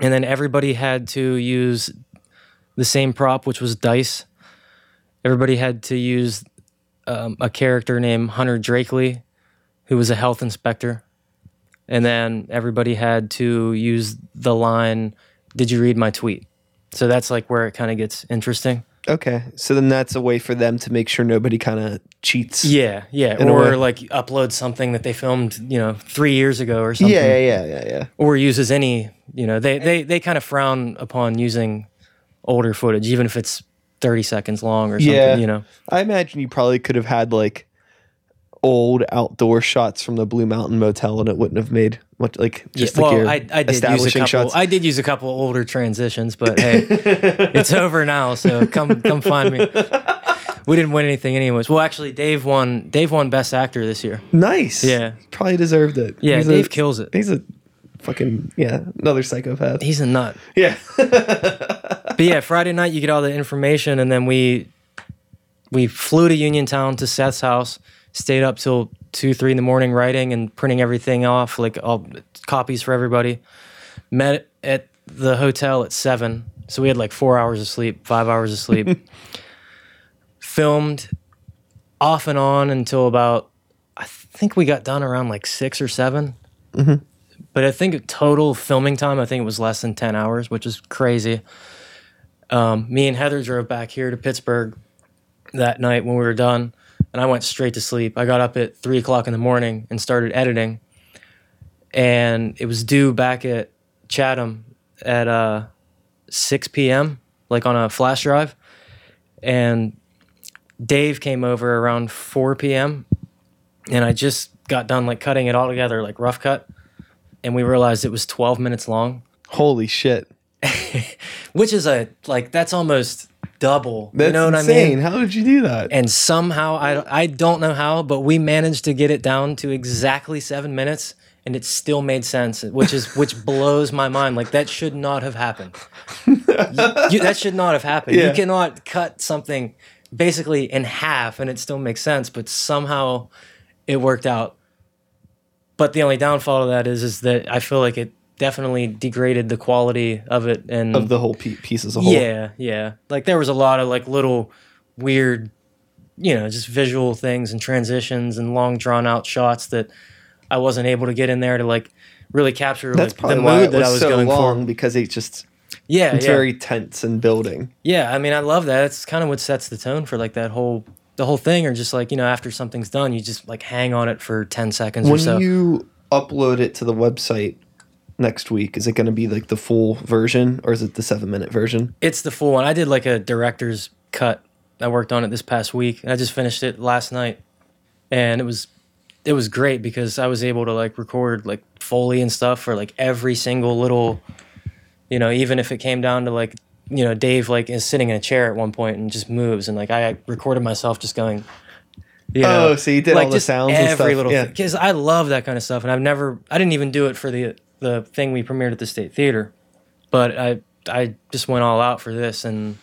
S3: and then everybody had to use the same prop, which was dice. Everybody had to use um, a character named Hunter Drakely, who was a health inspector, and then everybody had to use the line, "Did you read my tweet?" So that's like where it kind of gets interesting.
S2: Okay. So then that's a way for them to make sure nobody kind of cheats.
S3: Yeah, yeah.
S2: In a way.
S3: Or like upload something that they filmed, you know, three years ago or something.
S2: Yeah, yeah, yeah, yeah, yeah.
S3: Or uses any, you know, they they they kind of frown upon using older footage, even if it's thirty seconds long or something.
S2: Yeah.
S3: You know,
S2: I imagine you probably could have had like old outdoor shots from the Blue Mountain Motel, and it wouldn't have made much like just
S3: Yeah,
S2: like
S3: well,
S2: your
S3: I, I did use a
S2: establishing
S3: couple.
S2: shots.
S3: I did use a couple older transitions, but hey, it's over now. So come come find me. We didn't win anything, anyways. Well, actually, Dave won. Dave won Best Actor this year.
S2: nice.
S3: Yeah.
S2: probably deserved it.
S3: Yeah,
S2: he's
S3: Dave
S2: a,
S3: kills it.
S2: He's a fucking yeah, another psychopath.
S3: He's a nut.
S2: yeah,
S3: But yeah, Friday night you get all the information, and then we we flew to Uniontown to Seth's house, stayed up till two, three in the morning writing and printing everything off, like all copies for everybody. Met at the hotel at seven, so we had like four hours of sleep, five hours of sleep. Filmed off and on until about I think we got done around like six or 7 But I think total filming time, I think it was less than ten hours, which is crazy me and Heather drove back here to Pittsburgh that night when we were done, and I went straight to sleep. I got up at three o'clock in the morning and started editing, and it was due back at Chatham at uh, six p.m. like on a flash drive, and Dave came over around four p.m. and I just got done like cutting it all together, like rough cut, and we realized it was twelve minutes long
S2: holy shit.
S3: which is a like that's almost double.
S2: That's
S3: you know what
S2: insane.
S3: I mean?
S2: How did you do that?
S3: And somehow I I don't know how, but we managed to get it down to exactly seven minutes, and it still made sense, which is which blows my mind. Like that should not have happened. You- that should not have happened.
S2: Yeah.
S3: You cannot cut something basically in half and it still makes sense, but somehow it worked out. But the only downfall of that is is that I feel like it definitely degraded the quality of it and
S2: of the whole pe- piece as a whole.
S3: yeah, yeah. Like there was a lot of like little weird, you know, just visual things and transitions and long drawn out shots that I wasn't able to get in there to like really capture
S2: That's
S3: like, the
S2: probably why
S3: mood
S2: it
S3: that
S2: was,
S3: I was
S2: so
S3: going
S2: long
S3: for.
S2: because it just
S3: Yeah,
S2: it's
S3: yeah.
S2: very tense and building.
S3: yeah, I mean, I love that. It's kind of what sets the tone for like that whole the whole thing or just like, you know, after something's done, you just like hang on it for 10 seconds or
S2: When
S3: so.
S2: you upload it to the website next week, is it going to be like the full version or is it the seven minute version?
S3: it's the full one. I did like a director's cut. I worked on it this past week, and I just finished it last night, and it was it was great because I was able to like record like foley and stuff for like every single little, you know, even if it came down to like you know Dave like is sitting in a chair at one point and just moves, and like I recorded myself just going. You know,
S2: Oh, so you did all the
S3: just
S2: sounds and
S3: every
S2: stuff,
S3: little
S2: yeah.
S3: because I love that kind of stuff, and I've never, I didn't even do it for the the thing we premiered at the State Theater, but I I just went all out for this, and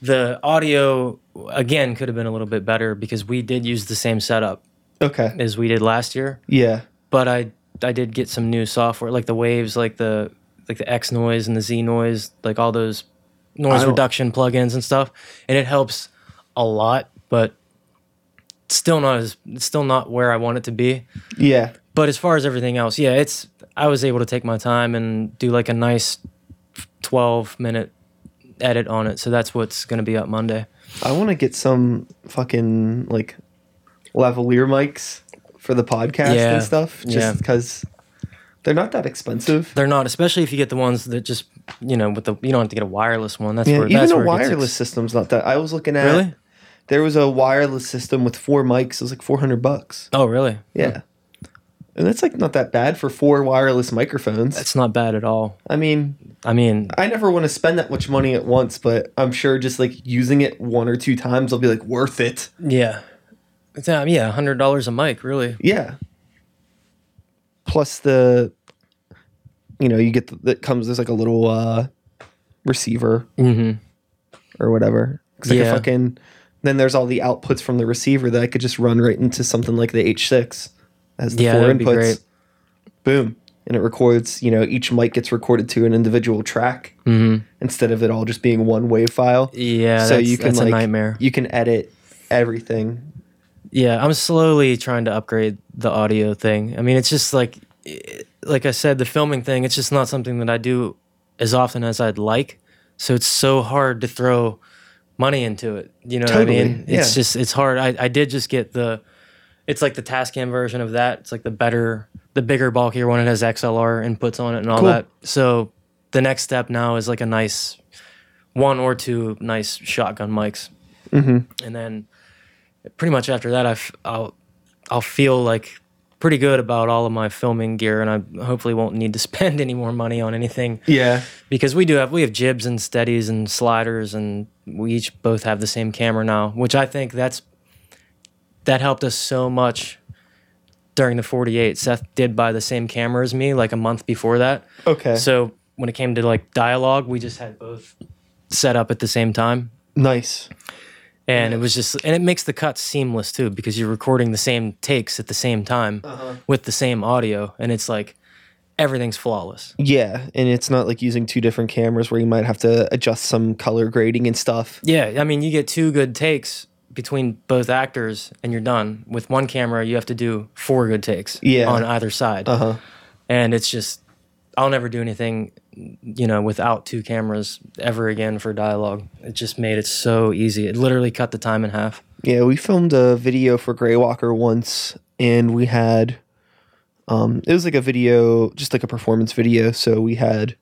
S3: the audio again could have been a little bit better because we did use the same setup
S2: Okay.
S3: as we did last year,
S2: Yeah.
S3: but I I did get some new software like the waves, like the like the X noise and the Z noise, like all those noise
S2: don't-
S3: reduction plugins and stuff, and it helps a lot, but still not as it's still not where I want it to be.
S2: Yeah.
S3: But as far as everything else, yeah, it's I was able to take my time and do like a nice 12 minute edit on it. So that's what's going to be up Monday.
S2: I want to get some fucking like lavalier mics for the podcast
S3: Yeah.
S2: and stuff
S3: Yeah.
S2: just because they're not that expensive.
S3: They're not especially if you get the ones that just, you know, with the you don't have to get a wireless one. That's
S2: Yeah,
S3: where
S2: even
S3: that's
S2: a
S3: where it gets ex-
S2: wireless system's not that. I was looking at
S3: Really?
S2: there was a wireless system with four mics. It was like four hundred bucks.
S3: Oh, really?
S2: Yeah, and that's like not that bad for four wireless microphones.
S3: It's not bad at all.
S2: I mean,
S3: I mean,
S2: I never want to spend that much money at once, but I'm sure just like using it one or two times, I'll be like worth it.
S3: yeah. It's, um, yeah, hundred dollars a mic, really.
S2: Yeah. Plus the, you know, you get the, that comes there's like a little uh receiver or whatever. It's like a
S3: Mm-hmm. Yeah.
S2: fucking. Then there's all the outputs from the receiver that I could just run right into something like the H6 as the
S3: Yeah,
S2: four
S3: that'd be
S2: inputs.
S3: great.
S2: Boom. And it records, you know, each mic gets recorded to an individual track instead of it all just being one wave file.
S3: Mm-hmm. Yeah,
S2: so
S3: that's,
S2: you can
S3: that's
S2: like
S3: a nightmare.
S2: you can edit everything.
S3: Yeah, I'm slowly trying to upgrade the audio thing. I mean, it's just like, eh, like I said, the filming thing. It's just not something that I do as often as I'd like. So it's so hard to throw money into it. You know
S2: Totally,
S3: what I mean? It's
S2: yeah.
S3: just it's hard. I, I did just get the, it's like the Tascam version of that. It's like the better, the bigger, bulkier one. It has XLR inputs on it and all
S2: Cool.
S3: that. So the next step now is like a nice one or two nice shotgun mics, mm-hmm. and then pretty much after that, I f- I'll I'll feel like pretty good about all of my filming gear, and I hopefully won't need to spend any more money on anything
S2: Yeah.
S3: because we do have we have jibs and steadies and sliders, and we each both have the same camera now, which I think that's that helped us so much during the 48. Seth did buy the same camera as me like a month before that.
S2: Okay.
S3: So when it came to like dialogue, we just had both set up at the same time.
S2: nice.
S3: And it was just, and it makes the cuts seamless too because you're recording the same takes at the same time
S2: Uh-huh.
S3: with the same audio, and it's like everything's flawless.
S2: Yeah, and it's not like using two different cameras where you might have to adjust some color grading and stuff.
S3: Yeah, I mean, you get two good takes between both actors, and you're done. With one camera, you have to do four good takes
S2: Yeah.
S3: on either side,
S2: Uh-huh.
S3: and it's just, I'll never do anything, you know, without two cameras ever again for dialogue. It just made it so easy. It literally cut the time in half.
S2: Yeah, we filmed a video for Grey Walker once, and we had, um, it was like a video, just like a performance video. So we had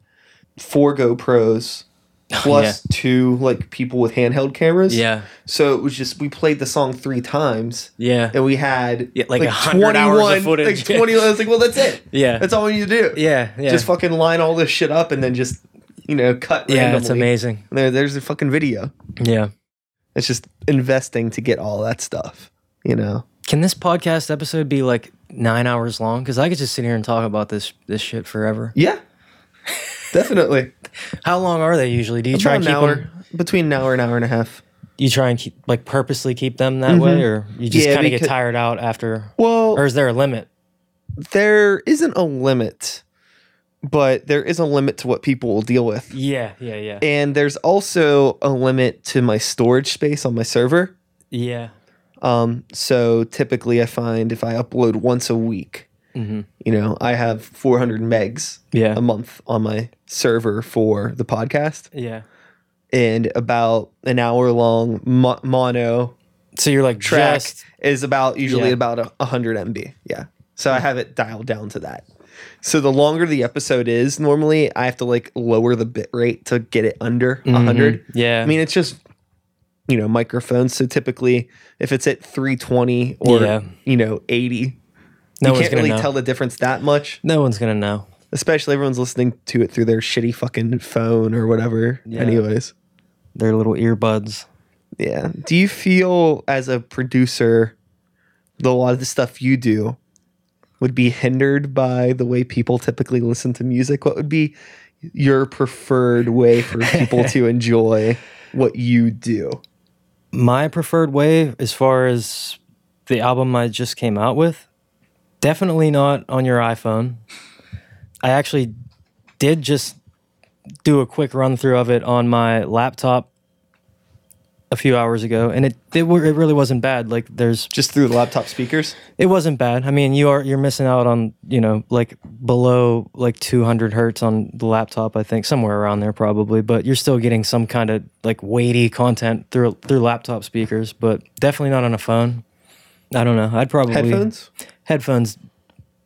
S2: four GoPros plus two like people with handheld cameras.
S3: Yeah,
S2: So it was just we played the song three times,
S3: yeah.
S2: and we had
S3: Yeah, like 100 hours of footage.
S2: Like twenty. I was like, well, that's it.
S3: Yeah.
S2: that's all we need to do.
S3: Yeah, yeah.
S2: just fucking line all this shit up and then just you know cut
S3: yeah,
S2: randomly.
S3: it's amazing.
S2: there, there's a fucking video
S3: Yeah.
S2: it's just investing to get all that stuff you know
S3: Can this podcast episode be like nine hours long? Because I could just sit here and talk about this this shit forever.
S2: yeah definitely
S3: How long are they usually? Do you try
S2: about
S3: and
S2: an
S3: keep
S2: hour
S3: them?
S2: between an hour and hour and a half
S3: You try and keep like purposely keep them that way, or you just
S2: Mm-hmm. Yeah,
S3: kind of
S2: because-
S3: get tired out after,
S2: well
S3: or is there a limit?
S2: there isn't a limit but there is a limit to what people will deal with
S3: Yeah, yeah, yeah,
S2: and there's also a limit to my storage space on my server
S3: yeah.
S2: Um, so typically, I find if I upload once a week,
S3: Mm-hmm.
S2: you know, I have 400 megs
S3: Yeah.
S2: a month on my server for the podcast,
S3: Yeah.
S2: and about an hour long mo- mono
S3: So you're like
S2: track
S3: just
S2: is about usually
S3: Yeah.
S2: about a 100 MB. Yeah, so I have it dialed down to that. So the longer the episode is, normally I have to like lower the bit rate to get it under a 100.
S3: mm-hmm. Yeah.
S2: I mean, it's just you know microphones. So typically, if it's at 320 or
S3: Yeah.
S2: you know 80,
S3: no
S2: you
S3: one's
S2: can't
S3: gonna
S2: really
S3: know.
S2: tell the difference that much.
S3: no one's gonna know.
S2: Especially everyone's listening to it through their shitty fucking phone or whatever. Anyways,
S3: Their little earbuds.
S2: yeah. Do you feel as a producer that a lot of the stuff you do would be hindered by the way people typically listen to music? What would be your preferred way for people to enjoy what you do?
S3: my preferred way as far as the album I just came out with, definitely not on your iPhone. I actually did just do a quick run through of it on my laptop a few hours ago, and it it, were, it really wasn't bad. Like there's
S2: Just through laptop speakers?
S3: it wasn't bad. I mean, you are you're missing out on you know like below like 200 hertz on the laptop. I think somewhere around there probably, but you're still getting some kind of like weighty content through through laptop speakers, but definitely not on a phone. I don't know. I'd probably
S2: Headphones?
S3: Headphones,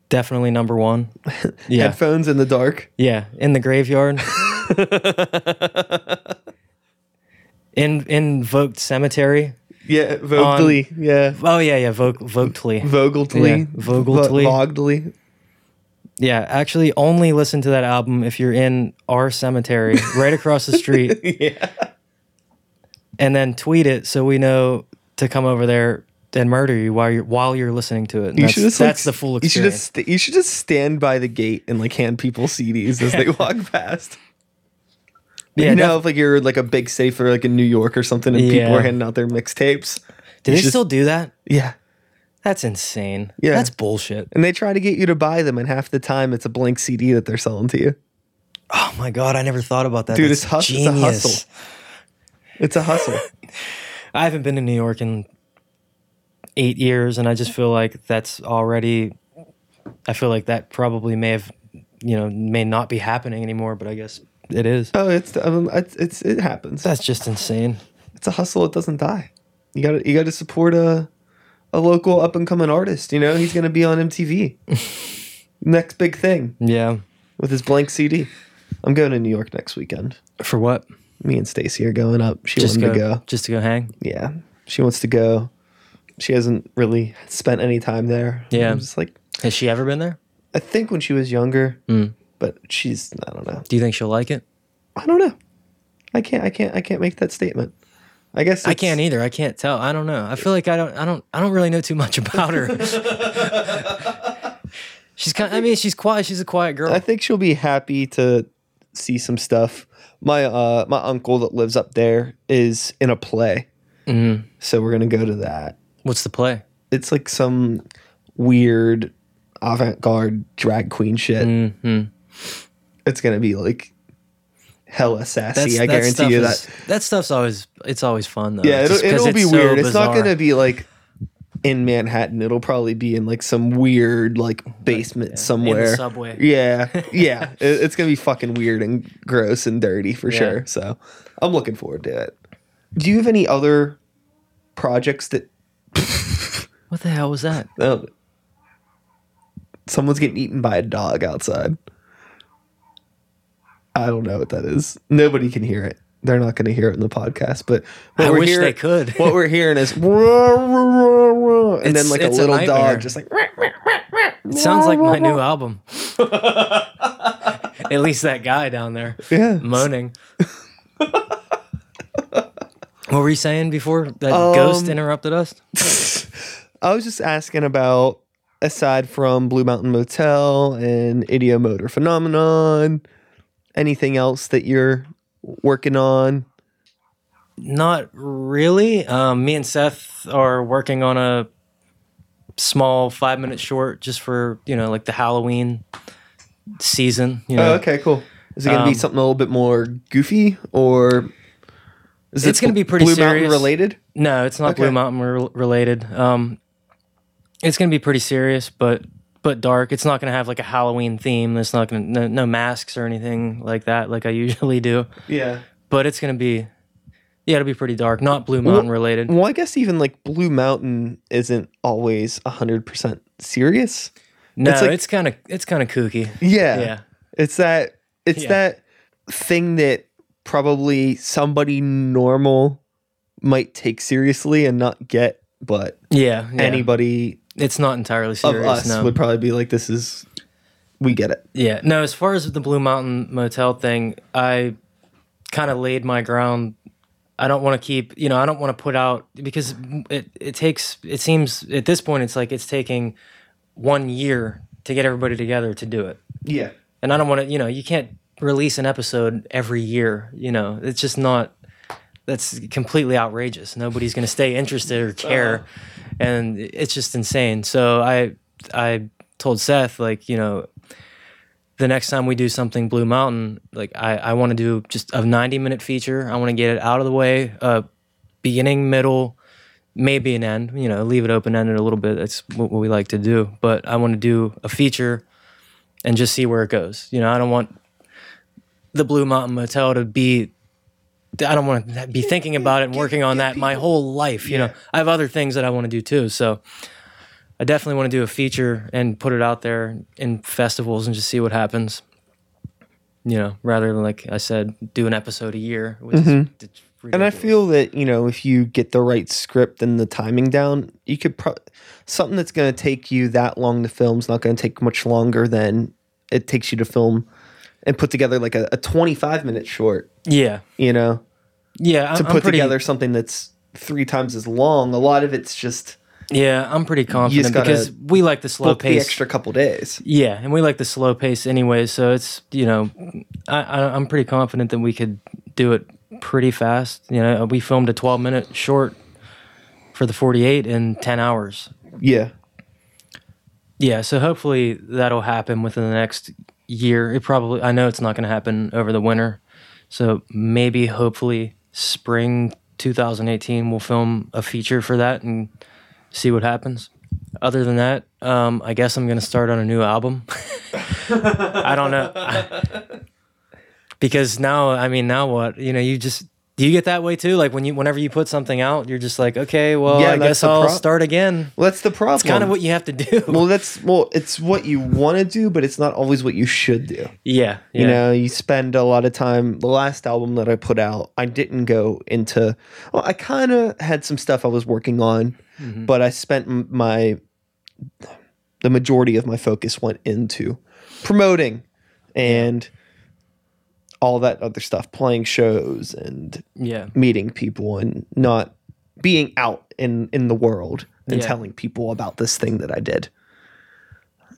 S3: definitely number one. Yeah,
S2: Headphones in the dark?
S3: yeah, in the graveyard. in in Voked Cemetery.
S2: Yeah, vocally. yeah.
S3: Oh yeah, yeah, Vok Vokedly.
S2: Vogeltly.
S3: Yeah, Vogeltly.
S2: Vogdly.
S3: Yeah, actually, only listen to that album if you're in our cemetery right across the street. yeah. And then tweet it so we know to come over there and murder you while you're while you're listening to it. And
S2: You
S3: that's
S2: should just, like,
S3: that's the full
S2: You should
S3: experience.
S2: just st- you should just stand by the gate and like hand people CDs as they walk past.
S3: Yeah,
S2: you know,
S3: def-
S2: if like you're like a big city for like in New York or something, and people
S3: Yeah.
S2: are handing out their mixtapes.
S3: do
S2: you
S3: they
S2: should-
S3: still do that?
S2: Yeah,
S3: That's insane.
S2: Yeah.
S3: That's bullshit.
S2: and they try to get you to buy them, and half the time it's a blank CD that they're selling to you.
S3: Oh my god, I never thought about that.
S2: Dude,
S3: That's
S2: it's hus- it's a
S3: genius.
S2: hustle. It's a hustle.
S3: I haven't been to New York in eight years, and I just feel like that's already. I feel like that probably may have, you know, may not be happening anymore. But I guess it is.
S2: oh, it's um, it's, it's it happens.
S3: That's just insane.
S2: It's a hustle. It doesn't die. You got to you got to support a a local up and coming artist. You know, he's gonna be on MTV. Next big thing.
S3: Yeah.
S2: with his blank CD. I'm going to New York next weekend.
S3: For what?
S2: Me and Stacy are going up. She
S3: Just
S2: wanted
S3: go,
S2: to go.
S3: Just to go hang.
S2: Yeah, she wants to go. She hasn't really spent any time there.
S3: Yeah.
S2: I'm just like
S3: Has she ever been there?
S2: I think when she was younger,
S3: Hmm.
S2: but she's I don't know.
S3: Do you think she'll like it?
S2: I don't know. I can't. I can't. I can't make that statement. I guess
S3: I
S2: it's-
S3: can't e- either. I can't tell. I don't know. I feel like I don't. I don't. I don't really know too much about her. she's kind. I mean, she's quiet. She's a quiet girl.
S2: I think she'll be happy to see some stuff. My uh my uncle that lives up there is in a play,
S3: Mm-hmm.
S2: so we're gonna go to that.
S3: What's the play?
S2: it's like some weird avant-garde drag queen shit.
S3: Mm. Mm-hmm.
S2: It's gonna be like hella sassy. I guarantee
S3: stuff
S2: you
S3: is-
S2: that.
S3: That stuff's always. It's always fun though.
S2: Yeah, it'll,
S3: just 'cause
S2: it'll
S3: it's
S2: be
S3: so
S2: weird. It's not
S3: bizarre.
S2: gonna be like in Manhattan. It'll probably be in like some weird like basement somewhere.
S3: subway.
S2: Yeah, yeah. It- it's gonna be fucking weird and gross and dirty for sure. So I'm looking forward to it. Do you have any other projects that
S3: What the hell was that?
S2: Oh. Someone's getting eaten by a dog outside. I don't know what that is. Nobody can hear it. They're not going to hear it in the podcast, but what
S3: I
S2: we're
S3: wish
S2: hearing,
S3: they could.
S2: what we're hearing is "Wah, wah, wah, wah," and then
S3: It's-
S2: like a
S3: it's a
S2: little
S3: nightmare.
S2: dog just like
S3: It sounds like my new album. At least that guy down there
S2: yeah.
S3: moaning. what were you saying before that ghost interrupted us?
S2: I was just asking about aside from Blue Mountain Motel and Idiomotor Phenomenon, anything else that you're working on?
S3: Not really. Um, me and Seth are working on a small five minute short just for, you know, like the Halloween season. You know,
S2: Oh, okay, cool. Is it going to
S3: Um,
S2: be something a little bit more goofy, or is
S3: It's gonna
S2: Bl-
S3: be pretty
S2: Blue Mountain
S3: serious.
S2: related?
S3: No, it's not
S2: Okay.
S3: Blue Mountain re- related. Um, it's gonna be pretty serious, but but dark. It's not gonna have like a Halloween theme. It's not gonna no, no masks or anything like that, like I usually do.
S2: Yeah.
S3: But it's gonna be yeah, it'll be pretty dark. Not Blue Mountain related.
S2: Well, I guess even like Blue Mountain isn't always hundred percent serious.
S3: No,
S2: it's like-
S3: it's kind of it's kind of kooky.
S2: Yeah.
S3: Yeah.
S2: It's that. It's
S3: Yeah.
S2: that thing that probably somebody normal might take seriously and not get, but
S3: Yeah, yeah.
S2: anybody
S3: it's not entirely serious.
S2: of us
S3: no.
S2: would probably be like, "This is." We get it.
S3: Yeah. No, as far as the Blue Mountain Motel thing, I kind of laid my ground. I don't want to keep, you know, I don't want to put out because it, it takes, it seems at this point, it's like it's taking one year to get everybody together to do it.
S2: Yeah.
S3: And I don't want to, you know, you can't release an episode every year, you know, it's just not, that's completely outrageous. Nobody's going to stay interested or care. And it's just insane. So I, I told Seth, like, you know, the next time we do something Blue Mountain, like I, I want to do just a 90 minute feature. I want to get it out of the way, uh, beginning, middle, maybe an end, you know, leave it open ended a little bit. That's what, what we like to do. But I want to do a feature and just see where it goes. You know, I don't want the Blue Mountain Motel to be. I don't want to be thinking about it and working on that my whole life. You know, I have other things that I want to do too. So I definitely want to do a feature and put it out there in festivals and just see what happens. You know, rather than like I said, do an episode a year, which is it's
S2: Mm-hmm. And I
S3: ridiculous.
S2: feel that you know if you get the right script and the timing down, you could pro- something that's going to take you that long to film's not going to take much longer than it takes you to film and put together like a, a 25 minute short,
S3: yeah,
S2: you know,
S3: yeah. I'm,
S2: to
S3: I'm
S2: put
S3: pretty-
S2: together something that's three times as long. A lot of it's just
S3: Yeah, I'm pretty confident
S2: gotta
S3: because we like the slow
S2: Book the
S3: pace.
S2: extra couple days.
S3: Yeah, and we like the slow pace anyway, so it's you know, I, I I'm pretty confident that we could do it pretty fast. You know, we filmed a 12 minute short for the 48 in 10 hours.
S2: Yeah.
S3: Yeah, so hopefully that'll happen within the next year. It probably I know it's not going to happen over the winter. So maybe hopefully spring 2018 we'll film a feature for that and see what happens. Other than that, um, I guess I'm going to start on a new album. I don't know. because now, I mean, now what? You know, you just do you get that way too? Like when you whenever you put something out, you're just like, okay, well,
S2: Yeah,
S3: I
S2: that's
S3: guess
S2: the
S3: I'll
S2: prob-
S3: start again.
S2: Well, that's the problem.
S3: It's kind of what you have to do.
S2: well, that's well, it's what you want to do, but it's not always what you should do.
S3: yeah, yeah.
S2: You know, you spend a lot of time. The last album that I put out, I didn't go into. Well, I kind of had some stuff I was working on, but I spent m- my the majority of my focus went into promoting and all that other stuff, playing shows and
S3: Yeah.
S2: meeting people and not being out in in the world and
S3: Yeah.
S2: telling people about this thing that I did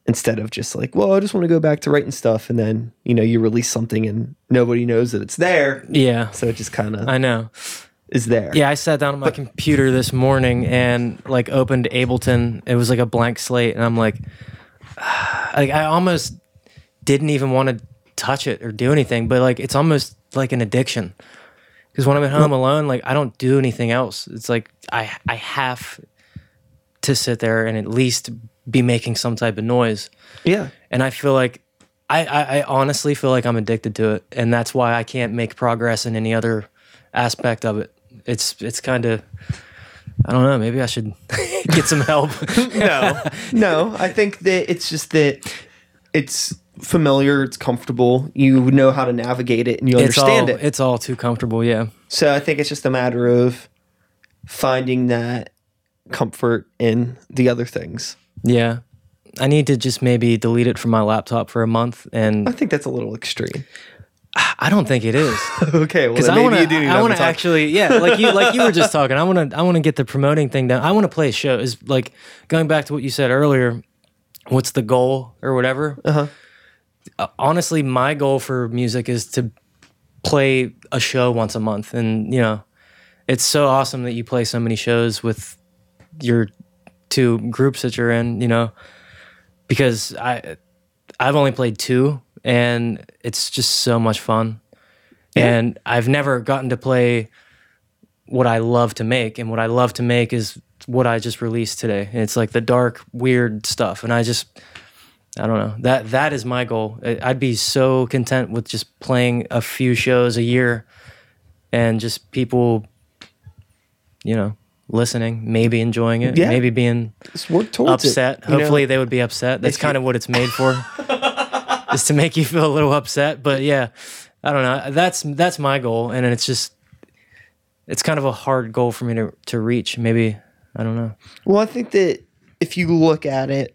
S2: instead of just like well I just want to go back to writing stuff and then you know you release something and nobody knows that it's there
S3: Yeah.
S2: so it just kind of
S3: I know.
S2: is there
S3: Yeah, I sat down at my computer this morning and like opened Ableton. It was like a blank slate, and I'm like, like I almost didn't even want to touch it or do anything, but like it's almost like an addiction. Because when I'm at home alone, like I don't do anything else. It's like I I have to sit there and at least be making some type of noise.
S2: yeah
S3: and I feel like I, I, I honestly feel like I'm addicted to it, and that's why I can't make progress in any other aspect of it. It's it's kind of I don't know. Maybe I should get some help.
S2: no no I think that it's just that it's familiar it's comfortable you know how to navigate it and you
S3: it's
S2: understand
S3: all
S2: it
S3: it's all too comfortable. Yeah,
S2: So I think it's just a matter of finding that comfort in the other things.
S3: yeah. I need to just maybe delete it from my laptop for a month,
S2: I
S3: and
S2: think that's a little extreme.
S3: I don't think it is.
S2: Okay, well,
S3: Because
S2: then
S3: I
S2: maybe
S3: want
S2: you do
S3: to,
S2: need
S3: I want
S2: to
S3: to actually, yeah, like you, like you were just talking. I want to, I want to get the promoting thing down. I want to play a show. Is like going back to what you said earlier. What's the goal or whatever? Uh-huh. honestly, my goal for music is to play a show once a month, and you know, it's so awesome that you play so many shows with your two groups that you're in. You know, because I, I've only played two, and it's just so much fun and I've never gotten to play what I love to make, and what I love to make is what I just released today. And it's like the dark, weird stuff, and I just, I don't know that that is my goal. I- I'd be so content with just playing a few shows a year, and just people, you know, listening, maybe enjoying it,
S2: Yeah.
S3: maybe being
S2: just work towards
S3: upset.
S2: it. you know?
S3: Hopefully, they would be upset. That's kind of what it's made for, is to make you feel a little upset. But yeah, I don't know. That's that's my goal, and it's just it's kind of a hard goal for me to to reach. Maybe I don't know.
S2: Well, I think that if you look at it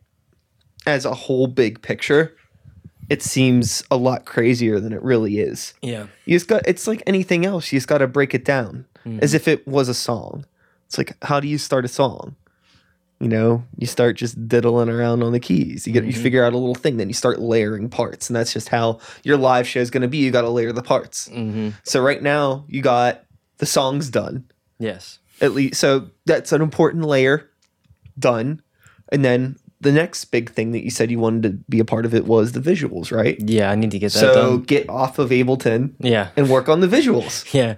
S2: as a whole big picture, it seems a lot crazier than it really is.
S3: Yeah,
S2: You just got it's like anything else. You just got to break it down as if it was a song. It's like how do you start a song? You know, you start just diddling around on the keys. You get you figure out a little thing, then you start layering parts, and that's just how your live show is going to be. You got to layer the parts. So right now you got the songs done
S3: yes,
S2: at least. So that's an important layer done, and then the next big thing that you said you wanted to be a part of it was the visuals, right?
S3: yeah. I need to get that
S2: So
S3: done.
S2: get off of Ableton
S3: Yeah,
S2: and work on the visuals.
S3: yeah,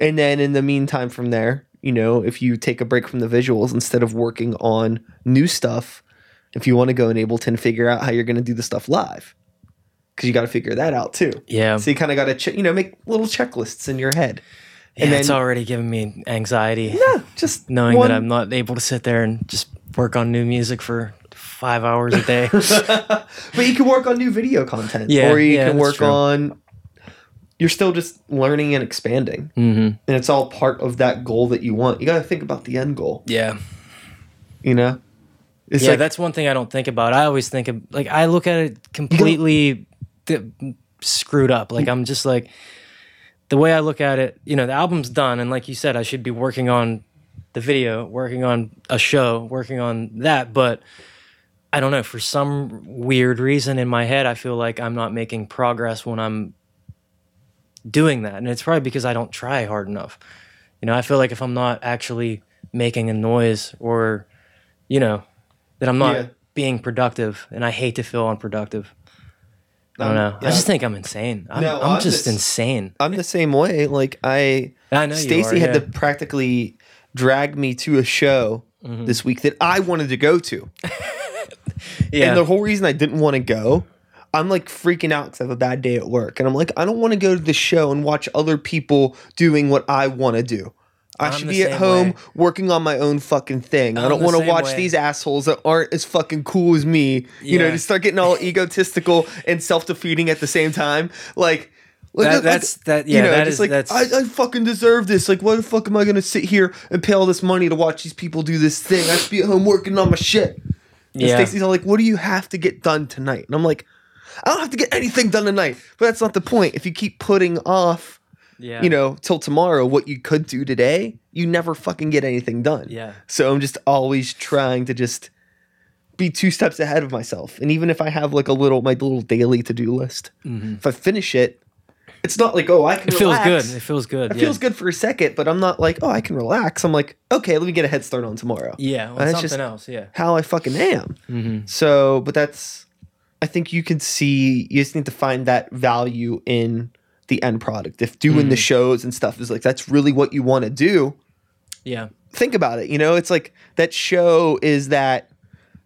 S2: And then in the meantime, from there, you know, if you take a break from the visuals instead of working on new stuff, if you want to go in Ableton, figure out how you're going to do the stuff live because you got to figure that out too.
S3: yeah.
S2: So you kind of got to, che- you know, make little checklists in your head.
S3: yeah
S2: and
S3: it's
S2: then-
S3: already giving me anxiety
S2: Yeah, just
S3: knowing
S2: one-
S3: that I'm not able to sit there and just work on new music for five hours a day.
S2: But you can work on new video content,
S3: Yeah,
S2: or you
S3: yeah,
S2: can
S3: that's
S2: work
S3: true.
S2: on. You're still just learning and expanding,
S3: Mhm.
S2: and it's all part of that goal that you want. You got to think about the end goal.
S3: yeah.
S2: You know, it's
S3: yeah,
S2: like
S3: that's one thing I don't think about. I always think of like I look at it completely th- screwed up. Like I'm just like the way I look at it. You know, the album's done, and like you said, I should be working on the video, working on a show, working on that, but I don't know, for some weird reason in my head I feel like I'm not making progress when I'm doing that. And it's probably because I don't try hard enough. You know, I feel like if I'm not actually making a noise or you know, that I'm not
S2: Yeah.
S3: being productive and I hate to feel unproductive. I don't know.
S2: Um, yeah.
S3: I just think I'm insane. I'm,
S2: No,
S3: I'm
S2: I'm
S3: just
S2: just-
S3: insane.
S2: I'm the same way. Like I,
S3: I know you
S2: Stacy
S3: are,
S2: had to
S3: yeah.
S2: practically drag me to a show
S3: Mm-hmm.
S2: this week that I wanted to go to,
S3: Yeah.
S2: and the whole reason I didn't want to go, I'm like freaking out because I have a bad day at work, and I'm like, I don't want to go to the show and watch other people doing what I want to do. I
S3: I'm
S2: should
S3: the
S2: be at
S3: same
S2: home
S3: way.
S2: working on my own fucking thing. I'm I
S3: I'm
S2: do not
S3: the
S2: want to
S3: same
S2: watch
S3: way.
S2: these assholes that aren't as fucking cool as me. You know,
S3: Yeah.
S2: to start getting all egotistical and self defeating at the same time. Like, like,
S3: That-
S2: like,
S3: that's- that- yeah, that is-
S2: like
S3: that's-
S2: I, I fucking deserve this. Like, why the fuck am I gonna sit here and pay all this money to watch these people do this thing? I should be at home working on my shit. And
S3: Yeah.
S2: Stacey's all like, "What do you have to get done tonight?" And I'm like, "I don't have to get anything done tonight." But that's not the point. If you keep putting off,
S3: yeah.
S2: you know, till tomorrow what you could do today, you never fucking get anything done.
S3: Yeah.
S2: So I'm just always trying to just be two steps ahead of myself. And even if I have like a little my little daily to do list, if I finish it, it's not like oh I can.
S3: Mm-hmm. It feels
S2: relax.
S3: good. It feels good.
S2: It
S3: yeah.
S2: feels good for a second, but I'm not like oh I can relax. I'm like okay, let me get a head start on tomorrow.
S3: Yeah. on
S2: And it's
S3: something
S2: just-
S3: else. Yeah.
S2: How I fucking am. So, but that's I think you can see you just need to find that value in the end product. If doing the shows and stuff is like that's really what you want to do,
S3: Yeah.
S2: think about it. You know, it's like that show is that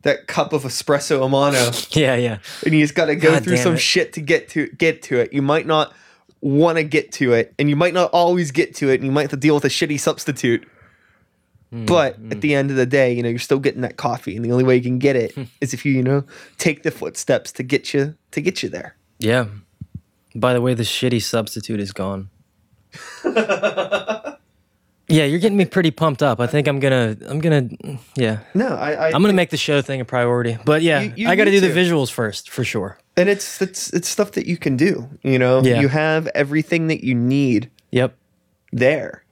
S2: that cup of espresso amano,
S3: Yeah. Yeah.
S2: and you just got to go
S3: God
S2: through
S3: damn
S2: some
S3: it.
S2: shit to get to get to it. You might not want to get to it, and you might not always get to it, and you might have to deal with a shitty substitute.
S3: Hmm,
S2: But at the end of the day, you know, you're still getting that coffee, and the only way you can get it is if you, you know, take the footsteps to get you to get you there.
S3: Yeah. By the way, the shitty substitute is gone. yeah, you're getting me pretty pumped up. I think I'm gonna, I'm gonna, yeah,
S2: No, I, I
S3: I'm gonna make the show thing a priority. But yeah,
S2: You- you
S3: I gotta
S2: need
S3: do
S2: to.
S3: the visuals first for sure.
S2: and it's it's it's stuff that you can do. You know,
S3: Yeah.
S2: you have everything that you need
S3: Yep.
S2: there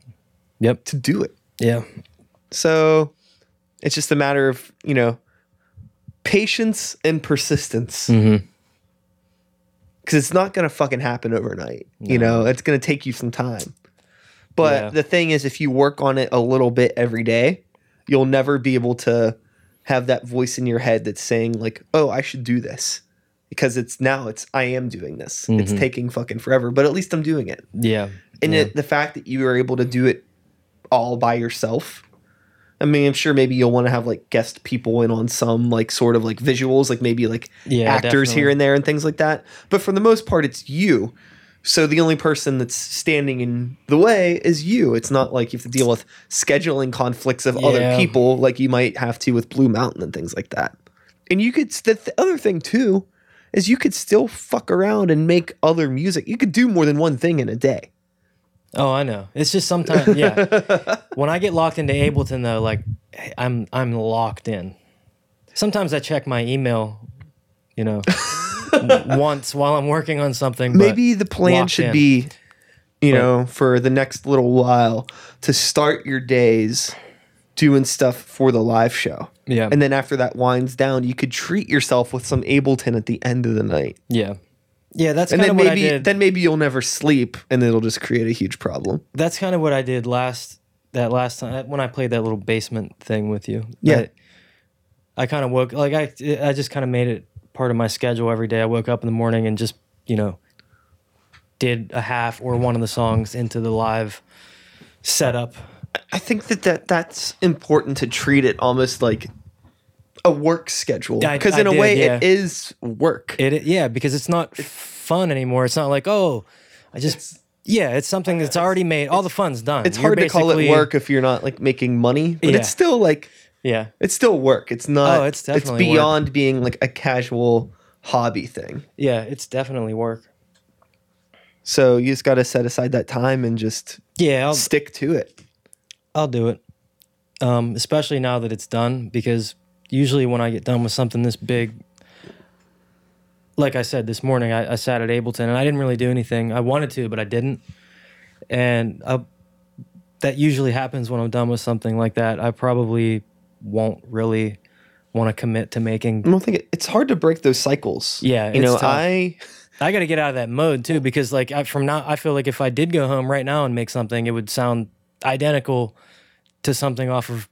S3: Yep.
S2: to do it.
S3: Yeah.
S2: So it's just a matter of, you know, patience and persistence. Cause it's not gonna fucking happen overnight. You know, it's gonna take you some time. But
S3: Yeah.
S2: the thing is if you work on it a little bit every day, you'll never be able to have that voice in your head that's saying, like, oh, I should do this. Because it's now it's I am doing this. It's taking fucking forever, but at least I'm doing it.
S3: Yeah.
S2: And it, the fact that you were able to do it all by yourself. I mean, I'm sure maybe you'll want to have like guest people in on some like sort of like visuals, like maybe like
S3: Yeah,
S2: actors
S3: definitely.
S2: here and there and things like that. But for the most part, it's you. So the only person that's standing in the way is you. It's not like you have to deal with scheduling conflicts of other
S3: Yeah.
S2: people like you might have to with Blue Mountain and things like that. And you could, the th- other thing too, is you could still fuck around and make other music. You could do more than one thing in a day.
S3: Oh, I know. It's just sometimes, yeah. when I get locked into Ableton, though, like I'm, I'm locked in. Sometimes I check my email, you know, once while I'm working on something. but-
S2: maybe the plan
S3: locked
S2: should
S3: in.
S2: be you know for the next little while to start your days doing stuff for the live show
S3: Yeah.
S2: and then after that winds down you could treat yourself with some ableton at the end of the night
S3: Yeah. Yeah, that's
S2: and
S3: kind
S2: then
S3: of what I
S2: maybe
S3: did.
S2: then maybe you'll never sleep and it'll just create a huge problem
S3: that's kind of what I did last that last time when I played that little basement thing with you.
S2: Yeah.
S3: I, I kind of woke like I I just kind of made it part of my schedule every day. I woke up in the morning and just, you know, did a half or one of the songs into the live setup.
S2: i think that, that that's important to treat it almost like a work schedule
S3: Yeah, I-
S2: because
S3: I
S2: in a
S3: did,
S2: way
S3: yeah.
S2: it is work
S3: It, it yeah, because it's not fun anymore. It's not like, "Oh, I just yeah, it's something that's already made. All the fun's done.
S2: it's hard to call it work if you're not like making money but
S3: Yeah.
S2: it's still like
S3: Yeah.
S2: It's still work. It's not.
S3: Oh, it's definitely
S2: It's
S3: work.
S2: beyond being like a casual hobby thing.
S3: Yeah, it's definitely work.
S2: So you just got to set aside that time and just
S3: Yeah, I'll,
S2: stick to it.
S3: I'll do it. Um, especially now that it's done, because usually when I get done with something this big, like I said this morning, I, I sat at Ableton and I didn't really do anything. I wanted to, but I didn't. And I, that usually happens when I'm done with something like that. I probably won't really want to commit to making.
S2: I don't think it, it's hard to break those cycles.
S3: Yeah,
S2: you
S3: it's
S2: know,
S3: tough.
S2: I
S3: I got to get out of that mode too because like I, from now I feel like if I did go home right now and make something, it would sound identical to something off of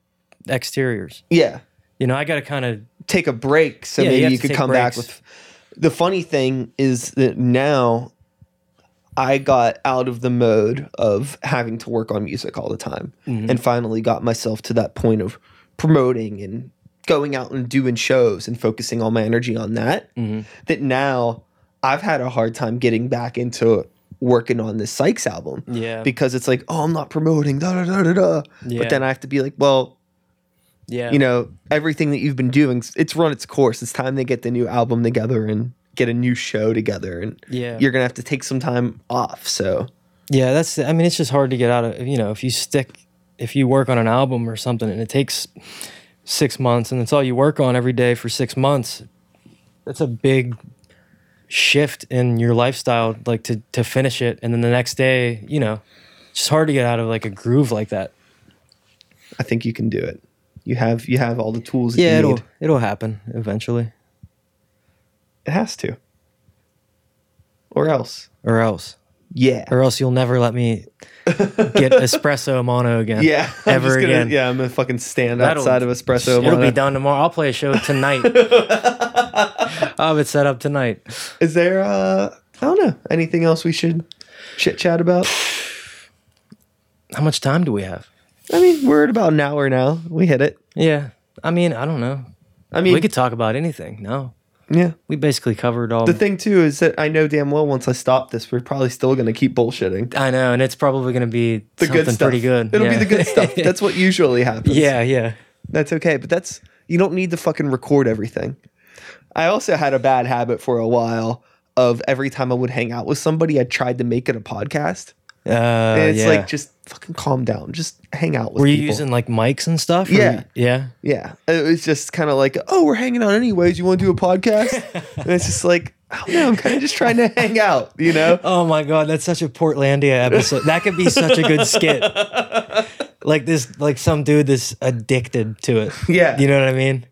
S3: exteriors.
S2: yeah
S3: You know, I got to kind of
S2: take a break so
S3: Yeah, you
S2: maybe you,
S3: have to
S2: could
S3: take
S2: come back
S3: breaks.
S2: with. The funny thing is that now I got out of the mode of having to work on music all the time
S3: Mm-hmm.
S2: and finally got myself to that point of promoting and going out and doing shows and focusing all my energy on that.
S3: Mm-hmm.
S2: That now I've had a hard time getting back into working on this Sykes album.
S3: yeah
S2: Because it's like, oh, I'm not promoting, da da da da da.
S3: Yeah.
S2: But then I have to be like, well,
S3: yeah
S2: you know everything that you've been doing it's run its course it's time they get the new album together and get a new show together and
S3: Yeah.
S2: you're gonna have to take some time off so
S3: Yeah, that's. I mean, it's just hard to get out of. You know, if you stick, if you work on an album or something, and it takes six months, and it's all you work on every day for six months, that's a big shift in your lifestyle. Like to to finish it, and then the next day, you know, it's just hard to get out of like a groove like that.
S2: i think you can do it you have you have all the tools that
S3: Yeah,
S2: you
S3: it'll
S2: need
S3: it'll happen eventually,
S2: it has to or else
S3: or else,
S2: yeah
S3: or else you'll never let me get espresso mono again.
S2: yeah I'm
S3: ever
S2: just gonna,
S3: again.
S2: yeah i'm gonna fucking stand
S3: That'll-
S2: outside of espresso
S3: It'll
S2: Mono.
S3: be done tomorrow. I'll play a show tonight. I'll have it set up tonight.
S2: is there uh i don't know anything else we should chit chat about
S3: How much time do we have?
S2: i mean we're at about an hour now we hit it
S3: Yeah. I mean, I don't know.
S2: i mean
S3: we could talk about anything. No.
S2: yeah
S3: We basically covered all
S2: The thing too is that I know damn well once I stop this, we're probably still going to keep bullshitting.
S3: I know, and it's probably gonna be
S2: The
S3: something
S2: good stuff.
S3: pretty good.
S2: It'll
S3: Yeah.
S2: be the good stuff. That's what usually happens.
S3: yeah, yeah.
S2: that's okay. But that's you don't need to fucking record everything. I also had a bad habit for a while of every time I would hang out with somebody, I tried to make it a podcast.
S3: Uh,
S2: And it's
S3: yeah.
S2: like just fucking calm down, just hang out with.
S3: Were you
S2: people.
S3: using like mics and stuff? or-
S2: Yeah.
S3: yeah.
S2: Yeah, it was just kind of like, oh, we're hanging out anyways. You want to do a podcast? and it's just like, oh no, I'm kind of just trying to hang out. You know?
S3: Oh my god, that's such a Portlandia episode. that could be such a good skit. Like this like some dude that's addicted to it.
S2: Yeah.
S3: You know what I mean?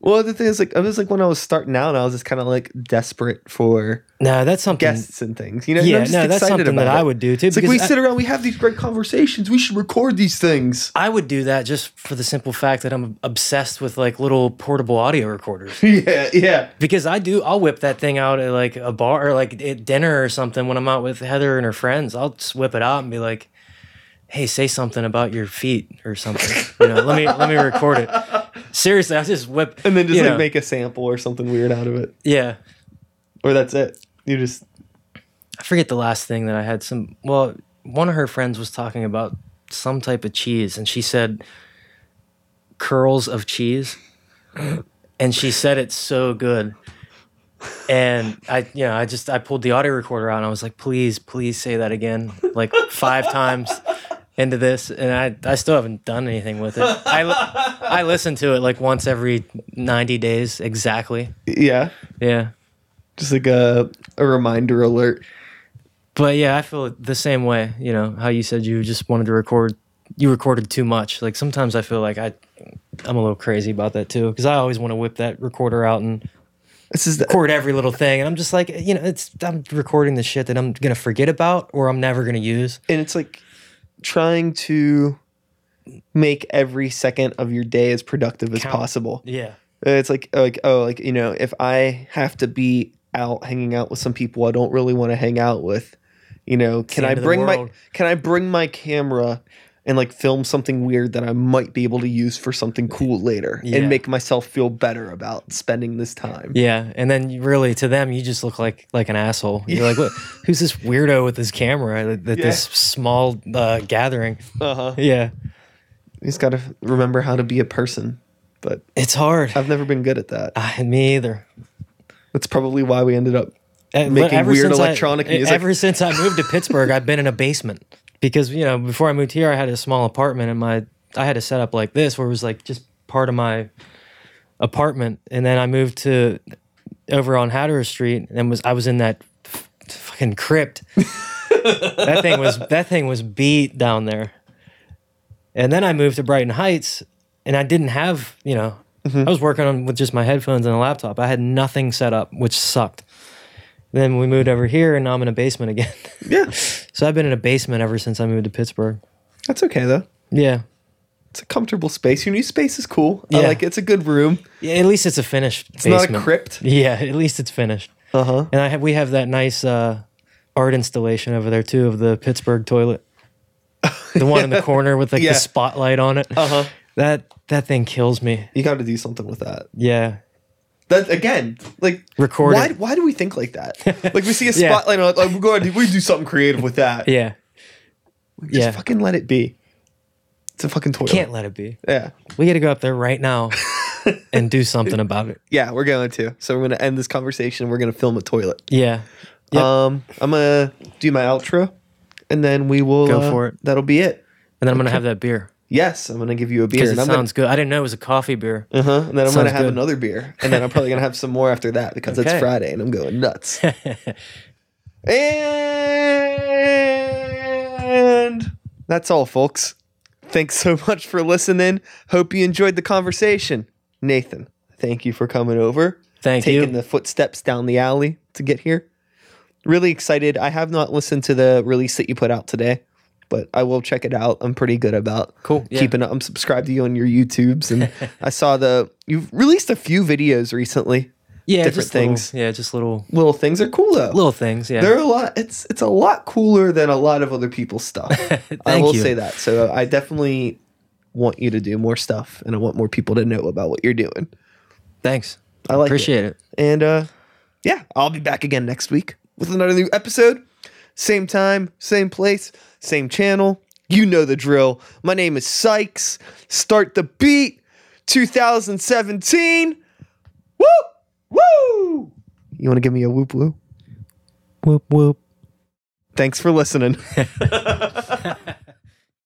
S2: Well, the thing is, like, I was like when I was starting out, I was just kind of like desperate for
S3: No, that's something
S2: guests and things. You know, and
S3: Yeah,
S2: I'm just
S3: no, that's
S2: excited
S3: something that
S2: about
S3: I
S2: it.
S3: would do, too,
S2: It's like
S3: because
S2: we
S3: I-
S2: sit around, we have these great conversations. We should record these things.
S3: I would do that just for the simple fact that I'm obsessed with like little portable audio recorders.
S2: yeah, yeah,
S3: Because I do, I'll whip that thing out at like a bar or like at dinner or something when I'm out with Heather and her friends. I'll just whip it out and be like, "Hey, say something about your feet or something." You know, let me let me record it. Seriously, I just whip
S2: and then just
S3: you
S2: like
S3: know,
S2: make a sample or something weird out of it,
S3: yeah.
S2: or that's it. You just
S3: I forget the last thing that I had some well, one of her friends was talking about some type of cheese and she said curls of cheese. And she said it's so good. And I you know, I just I pulled the audio recorder out and I was like, please, please say that again, like five times into this. And I I still haven't done anything with it. I li- I listen to it like once every ninety days exactly.
S2: yeah,
S3: Yeah.
S2: just like a a reminder alert.
S3: But yeah, I feel the same way. You know how you said you just wanted to record. You recorded too much. Like sometimes I feel like I, I'm a little crazy about that too. Because I always want to whip that recorder out and
S2: This is the,
S3: record every little thing. And I'm just like, you know, it's I'm recording the shit that I'm gonna forget about or I'm never gonna use.
S2: and it's like trying to make every second of your day as productive as
S3: Count.
S2: possible.
S3: Yeah.
S2: It's like like oh like you know if I have to be out hanging out with some people I don't really want to hang out with, you know can
S3: the
S2: I
S3: end of the
S2: bring my
S3: world.
S2: can I bring my camera and like film something weird that I might be able to use for something cool later
S3: Yeah.
S2: and make myself feel better about spending this time.
S3: Yeah. And then you- really to them, you just look like like an asshole. You're like, what? Who's this weirdo with his camera at at this small uh, gathering?
S2: Uh huh.
S3: Yeah.
S2: You just got to remember how to be a person, but
S3: It's hard.
S2: I've never been good at that.
S3: I, me either.
S2: That's probably why we ended up
S3: Uh,
S2: making
S3: ever
S2: weird
S3: since I- e, eh,
S2: electronic music.
S3: Ever since I moved to Pittsburgh, I've been in a basement because you know before I moved here, I had a small apartment and my I had a setup like this where it was like just part of my apartment, and then I moved to over on Hatteras Street and was I was in that f- fucking crypt. that thing was that thing was beat down there. And then I moved to Brighton Heights, and I didn't have, you know,
S2: Mm-hmm.
S3: I was working on with just my headphones and a laptop. I had nothing set up, which sucked. Then we moved over here, and now I'm in a basement again.
S2: Yeah,
S3: so I've been in a basement ever since I moved to Pittsburgh.
S2: that's okay though.
S3: Yeah.
S2: It's a comfortable space. Your new space is cool. I
S3: Yeah.
S2: like it. It's a good room.
S3: Yeah, at least it's a Uh-huh. finished
S2: It's not a
S3: basement.
S2: crypt.
S3: Yeah, at least it's finished.
S2: Uh huh.
S3: And I have we have that nice uh, art installation over there too of the Pittsburgh toilet. The one in the corner with like
S2: Yeah.
S3: the spotlight on it.
S2: Uh-huh.
S3: That that thing kills me.
S2: You got to do something with that.
S3: Yeah.
S2: That again, like
S3: Record
S2: Why,
S3: it.
S2: why do we think like that? Like we see a
S3: Yeah.
S2: spotlight, and we're like, oh, we're going to we do something creative with that.
S3: Yeah.
S2: Just
S3: yeah.
S2: fucking let it be. It's a fucking toilet.
S3: Can't let it be.
S2: Yeah,
S3: We got to go up there right now and do something about it.
S2: yeah, we're going to. So we're gonna end this conversation. We're gonna film a toilet.
S3: Yeah. Yep.
S2: Um, I'm gonna do my outro, and then we will uh,
S3: Go for it.
S2: That'll be it.
S3: And then I'm going to have that beer
S2: Yes, I'm gonna give you a beer.
S3: because
S2: And
S3: it
S2: I'm
S3: sounds good. I didn't know it was a coffee beer.
S2: gonna, uh-huh, and then I'm gonna
S3: sounds
S2: have
S3: good.
S2: another beer, and then I'm probably gonna have some more after that because it's
S3: Okay.
S2: Friday and I'm going nuts. and that's all, folks. Thanks so much for listening. Hope you enjoyed the conversation, Nathan. Thank you for coming over.
S3: Thank you.
S2: taking the footsteps down the alley to get here. Really excited. I have not listened to the release that you put out today, but I will check it out. I'm pretty good about
S3: Cool, yeah.
S2: keeping up. I'm subscribed to you on your YouTubes, and I saw the you've released a few videos recently.
S3: yeah,
S2: different
S3: just little-
S2: things.
S3: yeah, just little
S2: Little things are cool though.
S3: little things. Yeah.
S2: They're a lot. It's it's a lot cooler than a lot of other people's stuff. I
S3: Thank
S2: will
S3: you.
S2: say that. So I definitely want you to do more stuff, and I want more people to know about what you're doing.
S3: Thanks.
S2: I like it.
S3: appreciate it.
S2: And uh yeah, I'll be back again next week with another new episode. Same time, same place, same channel. You know the drill. My name is Sykes. Start the beat 2017. Woo! Woo! You want to give me a whoop whoop?
S3: Whoop whoop.
S2: Thanks for listening.